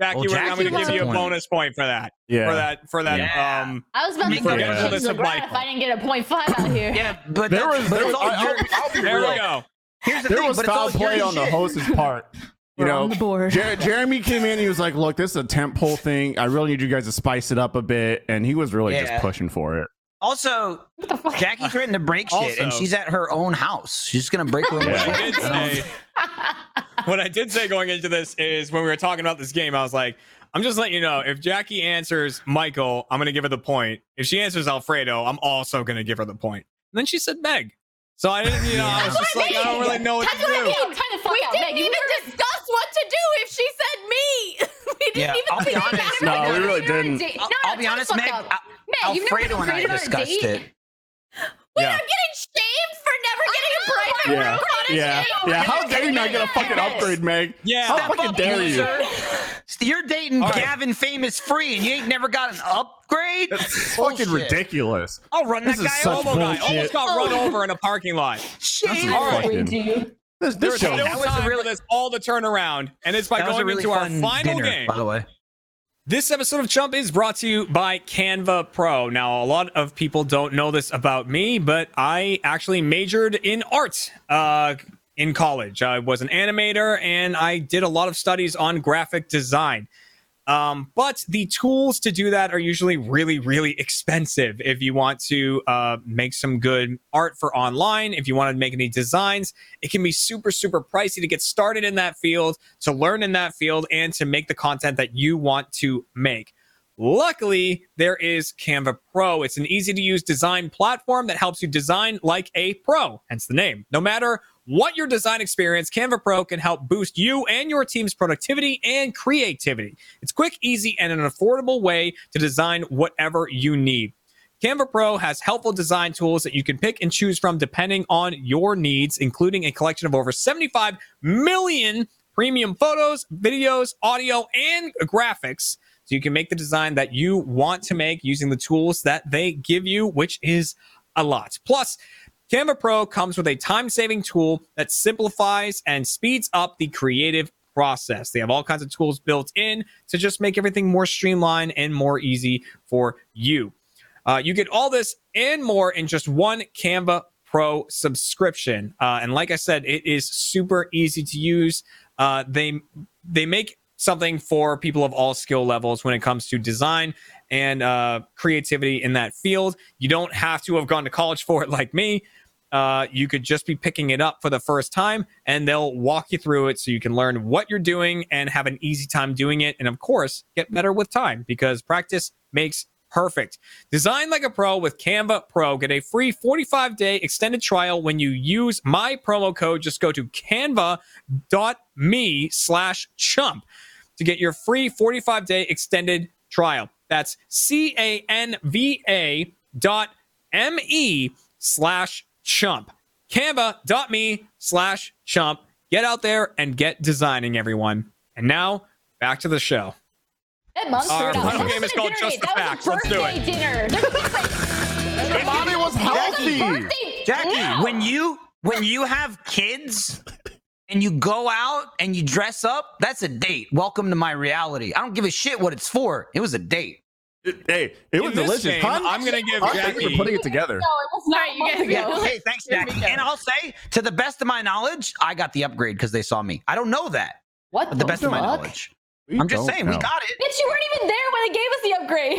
Jackie, Well, we're, I'm Jackie going to give won. you a bonus point for that. Yeah. For that, for that, Yeah. um, I was about to Make throw it my up. kids to the Michael. ground if I didn't get a point five out here. Yeah, but There that's- was- but there was- it's all I- your- I'll- I'll be there real. we go. Here's the there thing, was but it's all foul play your on the shit. host's part. You We're know, on the board. Jer- Jeremy came in. He was like, "Look, this is a temp pole thing. I really need you guys to spice it up a bit." And he was really Yeah. just pushing for it. Also, What the fuck? Jackie's threatened to break shit, and Also- she's at her own house. She's just gonna break her own Yeah. I shit. Um, did I don't- say, what I did say going into this is when we were talking about this game, I was like, I'm just letting you know if Jackie answers Michael, I'm going to give her the point. If she answers Alfredo, I'm also going to give her the point. And then she said Meg. So I didn't, you know, I was just like, I don't really know what to That's what I do. mean. Kind of fuck we out. didn't Meg, you even never- discuss what to do if she said me. we didn't Yeah, even I'll be think about honest, it. No, we really you've never didn't. date- No, I'll, no, I'll be shut the honest, fuck Meg. up. I- Meg, you've never been Alfredo and I afraid of a discussed date? it. Yeah. I'm getting shamed for never getting a Oh private Yeah. room on a Yeah, show. yeah. How dare you not get a fucking upgrade, Meg? Yeah. How Step fucking up, dare you? loser. You're dating All right. Gavin Famous Free, and you ain't never got an upgrade. It's fucking Bullshit. ridiculous. I'll run This that is guy such Homo over. guy bullshit. almost got Oh. run over in a parking lot. This is Shame. All right. fucking- Wait, do you? This, There was this no show. was a time really- for this all to turn around, and it's by That was going a really into our fun final dinner, game. by the way. This episode of Chump is brought to you by Canva Pro. Now, a lot of people don't know this about me, but I actually majored in art uh, in college. I was an animator and I did a lot of studies on graphic design. Um, but the tools to do that are usually really, really expensive if you want to uh, make some good art for online, if you want to make any designs. It can be super, super pricey to get started in that field, to learn in that field, and to make the content that you want to make. Luckily, there is Canva Pro. It's an easy to use design platform that helps you design like a pro, hence the name. No matter what your design experience, Canva Pro can help boost you and your team's productivity and creativity. It's quick, easy, and an affordable way to design whatever you need. Canva Pro has helpful design tools that you can pick and choose from depending on your needs, including a collection of over 75 million premium photos, videos, audio, and graphics. So you can make the design that you want to make using the tools that they give you, which is a lot. Plus, Canva Pro comes with a time saving tool that simplifies and speeds up the creative process. They have all kinds of tools built in to just make everything more streamlined and more easy for you. Uh, you get all this and more in just one Canva Pro subscription. Uh, and like I said, it is super easy to use. Uh, they they make something for people of all skill levels when it comes to design and uh, creativity in that field. You don't have to have gone to college for it like me. Uh, you could just be picking it up for the first time, and they'll walk you through it so you can learn what you're doing and have an easy time doing it. And of course, get better with time because practice makes perfect. Design like a pro with Canva Pro. Get a free 45 day extended trial when you use my promo code. Just go to canva.me slash chump to get your free 45 day extended trial. That's C A N V A dot M E slash chump. Canva.me slash chump. Get out there and get designing, everyone. And now back to the show. That mom's Our turned out. final That game wasn't is a called dinner Just date. the That Facts. was a Let's do it. birthday dinner. There's no And Mommy was healthy. birthday- Jackie, No. when you when you have kids and you go out and you dress up, that's a date. Welcome to my reality. I don't give a shit what it's for. It was a date. It- hey, it was In this game, delicious. huh? I'm gonna give Huh? Thank you for Jackie. putting it together. No, it was not Sorry, a you month guys- yeah. ago. Hey, thanks, Here we Jackie. go. And I'll say, to the best of my knowledge, I got the upgrade because they saw me. I don't know that. What But the best of my fuck? knowledge. I'm just saying, we got it. Bitch, you weren't even there when they gave us the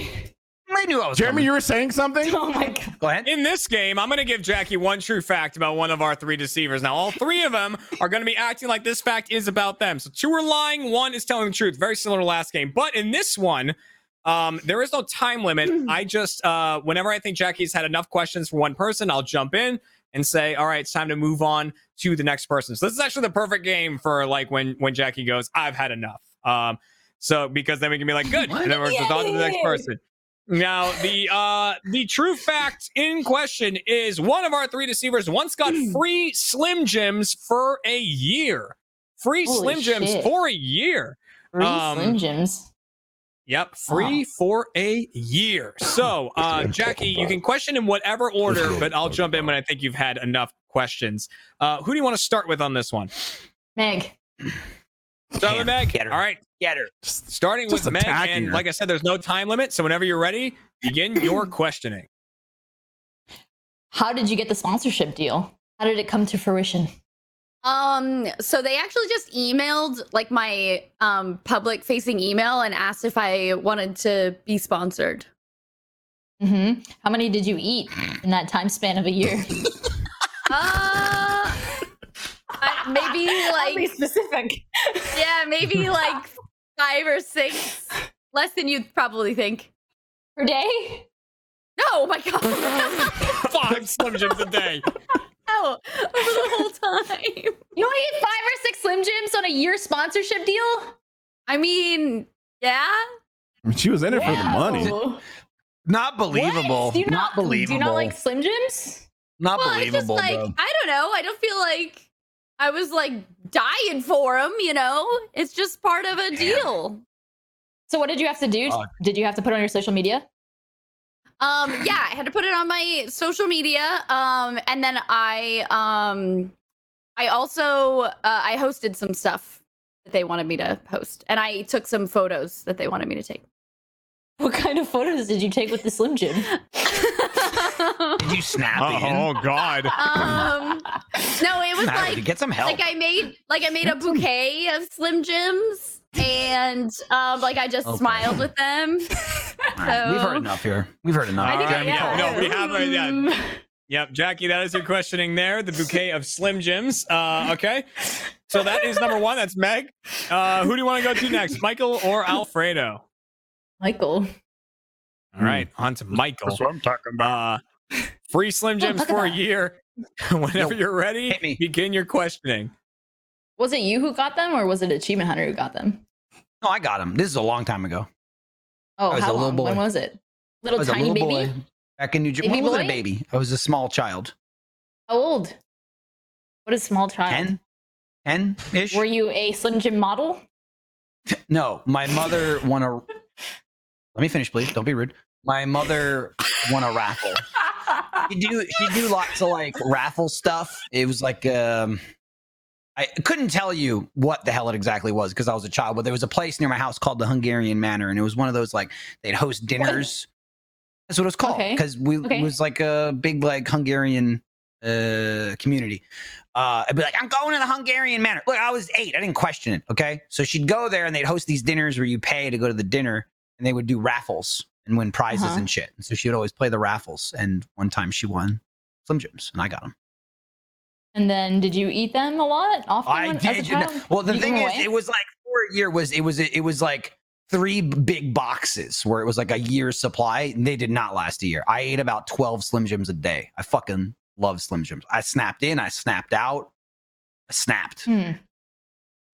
upgrade. They knew I was Jeremy, coming. you were saying something? Oh my god. Go ahead. In this game, I'm going to give Jackie one true fact about one of our three deceivers. Now, all three of them are going to be acting like this fact is about them. So, two are lying, one is telling the truth. Very similar to last game. But in this one, um, there is no time limit. I just, uh, whenever I think Jackie's had enough questions for one person, I'll jump in and say, all right, it's time to move on to the next person. So, this is actually the perfect game for like when, when Jackie goes, I've had enough. Um, so, because then we can be like, good. And then we're just on to the next Yay! person. Now, the uh the true fact in question is one of our three deceivers once got free Slim Jims for a year. Free Holy Slim Jims shit. for a year. Three Um, Slim Jims. Yep, free for a year. So, uh, Jackie, you can question in whatever order, but I'll jump in when I think you've had enough questions. Uh, who do you want to start with on this one? Meg. Start with Meg. Get her. All right, Get her. starting Just with Meg. attacking And her. like I said, there's no time limit, so whenever you're ready, begin your questioning. How did you get the sponsorship deal? How did it come to fruition? Um, so they actually just emailed like my um public facing email and asked if I wanted to be sponsored. hmm How many did you eat in that time span of a year? Uh I- maybe like specific. yeah, maybe like five or six less than you'd probably think. Per day? No, oh my god. Five Slim Jims a day. no, over the whole time. You only eat five or six Slim Jims on a year sponsorship deal? I mean, yeah. I mean, she was in it for the money. Wow. Not What? believable. Do you not, believable. Do you not like Slim Jims? Not well, it's just believable. like bro. I don't know. I don't feel like I was like dying for him. You know, it's just part of a deal. So what did you have to do? Fuck. Did you have to put on your social media? Um, yeah, I had to put it on my social media. Um, and then I um, I also uh, I hosted some stuff that they wanted me to host, and I took some photos that they wanted me to take. What kind of photos did you take with the Slim Jim? Did you snap in? God. um, no, it was Snap it. like Get some help. like I made like I made a bouquet of Slim Jims and um like I just Okay. smiled with them. All right, We've heard enough here. We've heard enough. I think Alright, I- yeah. No, no, we have a, yeah. Yep, Jackie, that is your questioning there. The bouquet of Slim Jims. Uh, okay. So that is number one. That's Meg. Uh, who do you want to go to next, Michael or Alfredo? Michael. Hmm. All right, on to Michael. That's what I'm talking about. Uh, free Slim Jims for a year. Whenever you're ready, Hit me. begin your questioning. Was it you who got them or was it Achievement Hunter who got them? No, I got him. This is a long time ago. I Oh, was how a little long? When boy. was it? I Little was tiny a little baby? boy back in New Jersey. Baby I wasn't a boy? baby. I was a small child. How old? What a small child. 10? 10 ish? Were you a Slim Jim model? No, my mother won a. Let me finish, please. Don't be rude. My mother won a raffle. She do she do lots of like raffle stuff. It was like um, I couldn't tell you what the hell it exactly was because I was a child. But there was a place near my house called the Hungarian Manor, and it was one of those like they'd host dinners. That's what it was called Okay. because we Okay. it was like a big like Hungarian uh community. Uh, I'd be like, I'm going to the Hungarian Manor. Look, I was eight. I didn't question it. Okay. So she'd go there and they'd host these dinners where you pay to go to the dinner and they would do raffles and win prizes Uh-huh. and shit. And so she would always play the raffles. And one time she won Slim Jims and I got them. And then did you eat them a lot? Often I when- did. As a you know- child? Well, the Did you thing give is, 'em away? it was like for a year was it was it was like three big boxes where it was like a year's supply. And they did not last a year. I ate about twelve Slim Jims a day. I fucking love Slim Jims. I snapped in. I snapped out. I snapped.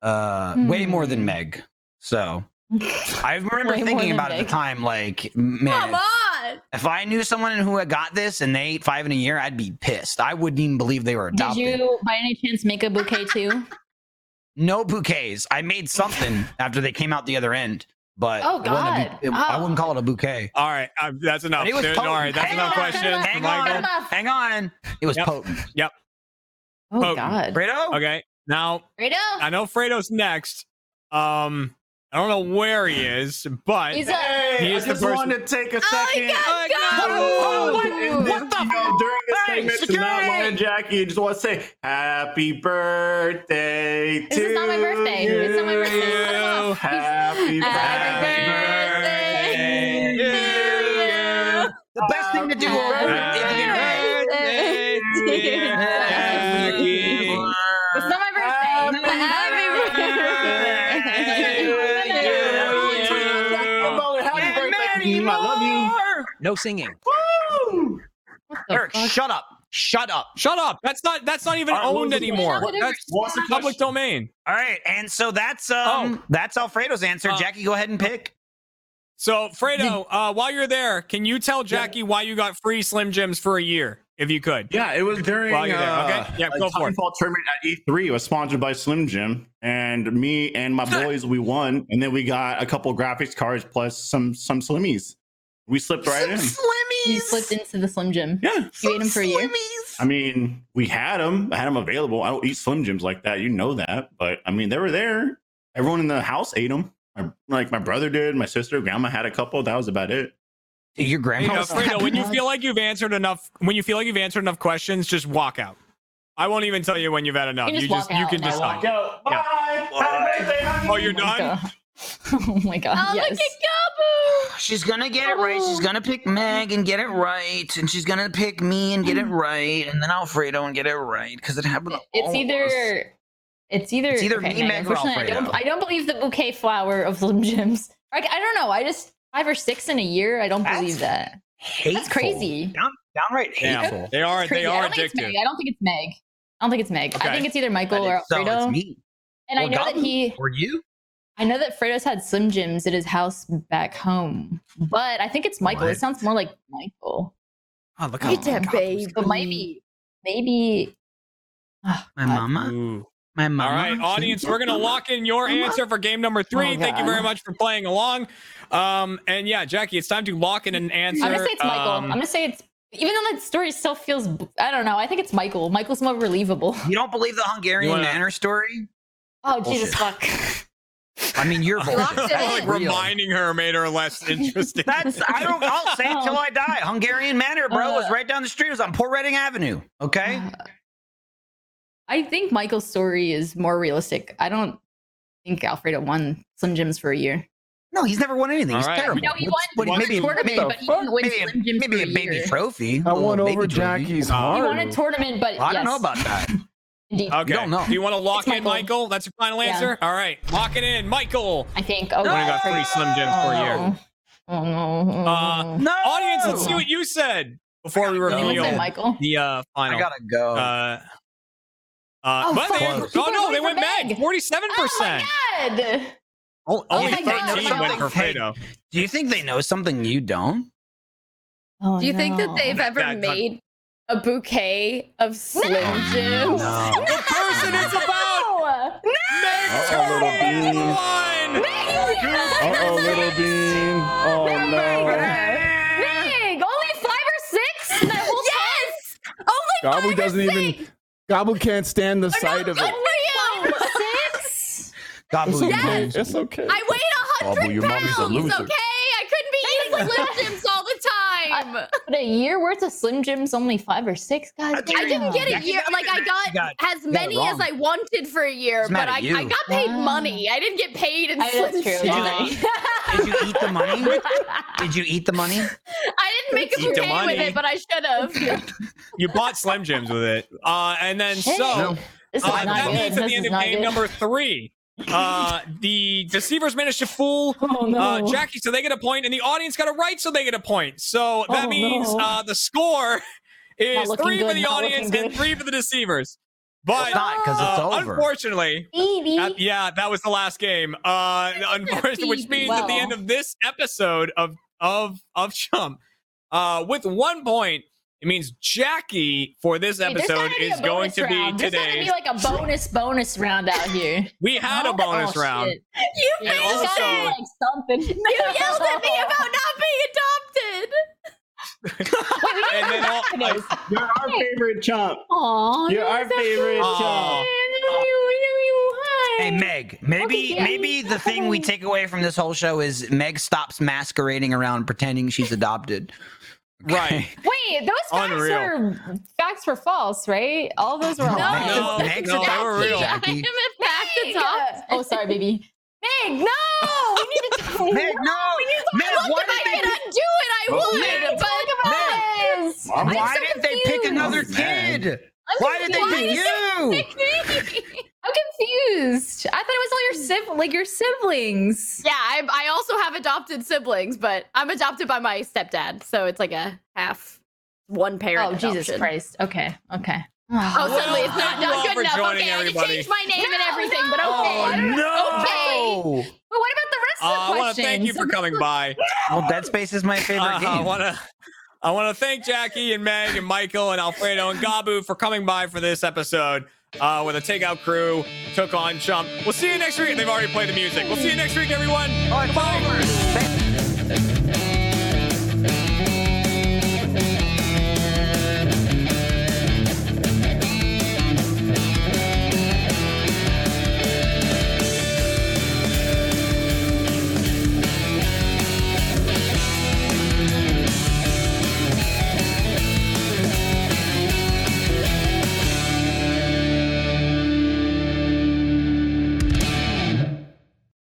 uh, way more than Hmm. Meg. So I remember Way more thinking than about it at Meg. the time, like, man, Come on. if I knew someone who had got this and they ate five in a year, I'd be pissed. I wouldn't even believe they were Did adopted. you, by any chance, make a bouquet too? No bouquets. I made something after they came out the other end, but Oh, it wasn't a God. Oh. bou- it- I wouldn't call it a bouquet. All right, uh, that's enough. But it was There- all potent. right, that's Hang enough on, questions. for Hang Michael. on, hang on. It was Yep. potent. Oh Potent. God. Fredo? Okay, now Fredo? I know Fredo's next. Um, I don't know where he is, but He's a He is the person- to take a Oh my god, God. go! And What the you know, during this Hey, segment, to security! not Lion Jackie, you just want to say happy birthday This is not my birthday. to It's not my birthday. Cut him you. off. He's- Happy Happy birthday. birthday. to you. could do over. if you could- Birthday, dear Jackie. It's not my birthday. But happy birthday. No singing. What the Eric, fuck? shut up. Shut up. Shut up. That's not that's not even All right, what owned was the- anymore. Whatever. That's What's the public question? domain. All right, and so that's um Oh. that's Alfredo's answer. Uh, Jackie, go ahead and pick. So, Fredo, uh, while you're there, can you tell Jackie why you got free Slim Jims for a year, if you could? Yeah, it was during While you're there, uh, okay? Yeah, a go for it. Titanfall tournament at E3. It was sponsored by Slim Jim, and me and my boys we won, and then we got a couple graphics cards plus some some Slimmies. We slipped right in. You slipped into the Slim Jim. Yeah, You ate him for a year. I mean, we had them. I had them available. I don't eat Slim Jims like that. You know that, but I mean, they were there. Everyone in the house ate them. My, like my brother did, my sister, grandma had a couple. That was about it. Your Hey, grandma uh, was Fredo, when you feel like you've answered enough, when you feel like you've answered enough questions, just walk out. I won't even tell you when you've had enough. You You just, just walk you out. can I decide. Yo, bye. Oh, you're Oh my done. God. Oh my god. Oh, yes. look at Gabu. She's gonna get it right. She's gonna pick Meg and get it right, and she's gonna pick me and get it right, and then Alfredo and get it right because it happened. to all It's of us. either it's either It's either me, no, Meg, or unfortunately, I don't Alfredo. I don't believe the bouquet flower of Slim Jims. Like I don't know. I just five or six in a year. I don't That's believe that. hateful. That's crazy. Down, downright Yeah. hateful. They are It's crazy. they I are don't think it's addictive. Meg. I don't think it's Meg. I don't think it's Meg. Okay. I think it's either But Michael or it's- so it's Alfredo. me. and I Or know that Gabu. he or you. I know that Fredo's had Slim Jims at his house back home. But I think it's Michael. What? It sounds more like Michael. Oh, look Look at that baby. But maybe maybe oh, My God. mama. Ooh. My mama. All right, audience, we're going to lock in your answer for game number three. Thank you very much for playing along. Um, and yeah, Jackie, it's time to lock in an answer. I'm gonna say it's Michael. Um, I'm gonna say it's even though that story still feels I don't know. I think it's Michael. Michael's more believable. You don't believe the Hungarian You wanna- manor story? Oh Jesus fuck. I mean, you're Locked bullshit. it That's in. like real. reminding her made her less interested. That's I don't. I'll say it till I die. Hungarian manor, bro, Uh. was right down the street. It was on Port Reading Avenue. Okay. I think Michael's story is more realistic. I don't think Alfredo won Slim Jims for a year. No, he's never won anything. All He's right. terrible. No, he What's- won what- maybe, maybe, a tournament, but he didn't win maybe a- Slim Jims maybe for a a baby year. I trophy. a little won over baby trophy. Jackie's He heart. won a tournament, but I don't yes, know about that. Indeed, Okay. You don't know. Do you want to lock It's in, Michael. Michael? That's your final Yeah. answer? All right, lock it in, Michael. I think. Oh, Only got three Alfredo- Slim Jims for a year. Oh no. Oh, no. Uh, No, Audience, let's Oh. see what you said before we I think it's reveal like Michael. the uh, I final. gotta go. uh, uh, but they, fuck. oh no, they People went voted for Meg, Meg. forty-seven percent. Oh my god. Oh Only my God. thirteen went for Hey, Fredo. Do you think they know something you don't? Oh, Do you think that no. they've ever That- that- made a bouquet of Slim Jims? No. The person is about No! Meg Uh-oh, Turner little is the bean. Oh. one. Uh oh, little bean. Oh no. Big! Only five or six? in That whole Yes! Only Gobble doesn't even. Gobble can't stand the sight of it. for you! six? God bless you. It's okay. I weighed Bobble, your hundred mommy's pounds. a loser. Okay, I couldn't be eating Slim Jims all the time. But a year worth of Slim Jims, only five or six? God I I didn't get a Jackie, year. you Like I got- got, as it many as wrong. I wanted for a year, It's but mad I, at you. I got paid Ah. money. I didn't get paid in I know, Slim that's Jims. true. I Did you eat the money? Did you eat the money? didn't make a Eat the bouquet money. with it, but I should have. You bought Slim Jims with it, uh, and then Shit. so No. This is uh, not that good. means at This the end is of not game good. number three, uh, the deceivers managed to fool Oh no. uh, Jackie, so they get a point, and the audience got it right, so they get a point. So that Oh, means no. uh, the score is looking three for good, the not looking audience and good. three for the deceivers. Well, But it's not because it's uh, over. unfortunately, Baby. that- yeah, that was the last game. Uh, unfortunately, which means at the Wow. end of this episode of of of Chump, uh, with one point, it means Jackie for this Dude, there's episode gotta be a is going bonus to be round. There's gotta today's. be like a bonus bonus round out here. we had a Oh, bonus oh, round. shit. you And There's yelled gotta at also- be, like something. you yelled at me about not being adopted. And then all, You're our favorite chump. Aw, You're our favorite Aw. chump. Hey Meg, maybe Okay, yeah. maybe the thing we take away from this whole show is Meg stops masquerading around pretending she's adopted. right. Wait, those facts Unreal. were facts were false, right? All those were lies. No, Meg's no, they were adopted, real. Jackie. Back to top. Oh, sorry, baby. Meg, no! We need to Meg, no! Meg, Look, why if I did could Meg- undo it, I would. Meg, but I'm Why so did they pick confused. another Man. kid? I'm Why did they pick confused. you? I'm confused. I thought it was all your sib- like your siblings. yeah, I, I also have adopted siblings, but I'm adopted by my stepdad, so it's like a half one Oh parent. Jesus adoption. Christ. Okay. Okay. Oh, Oh, suddenly it's Well, not, thank not you all good for enough. joining, Okay, I had everybody. to change my name and No, everything, but no. okay. I don't know. Oh, no. but what about the rest Uh, I want to thank you for coming by. Well, Dead Space is my favorite Uh, I game. want to. I want to thank Jackie and Meg and Michael and Alfredo and Gabu for coming by for this episode uh, where the Takeout crew took on Chump. We'll see you next week. They've already played the music. We'll see you next week, everyone. Oh, it's Bye. over.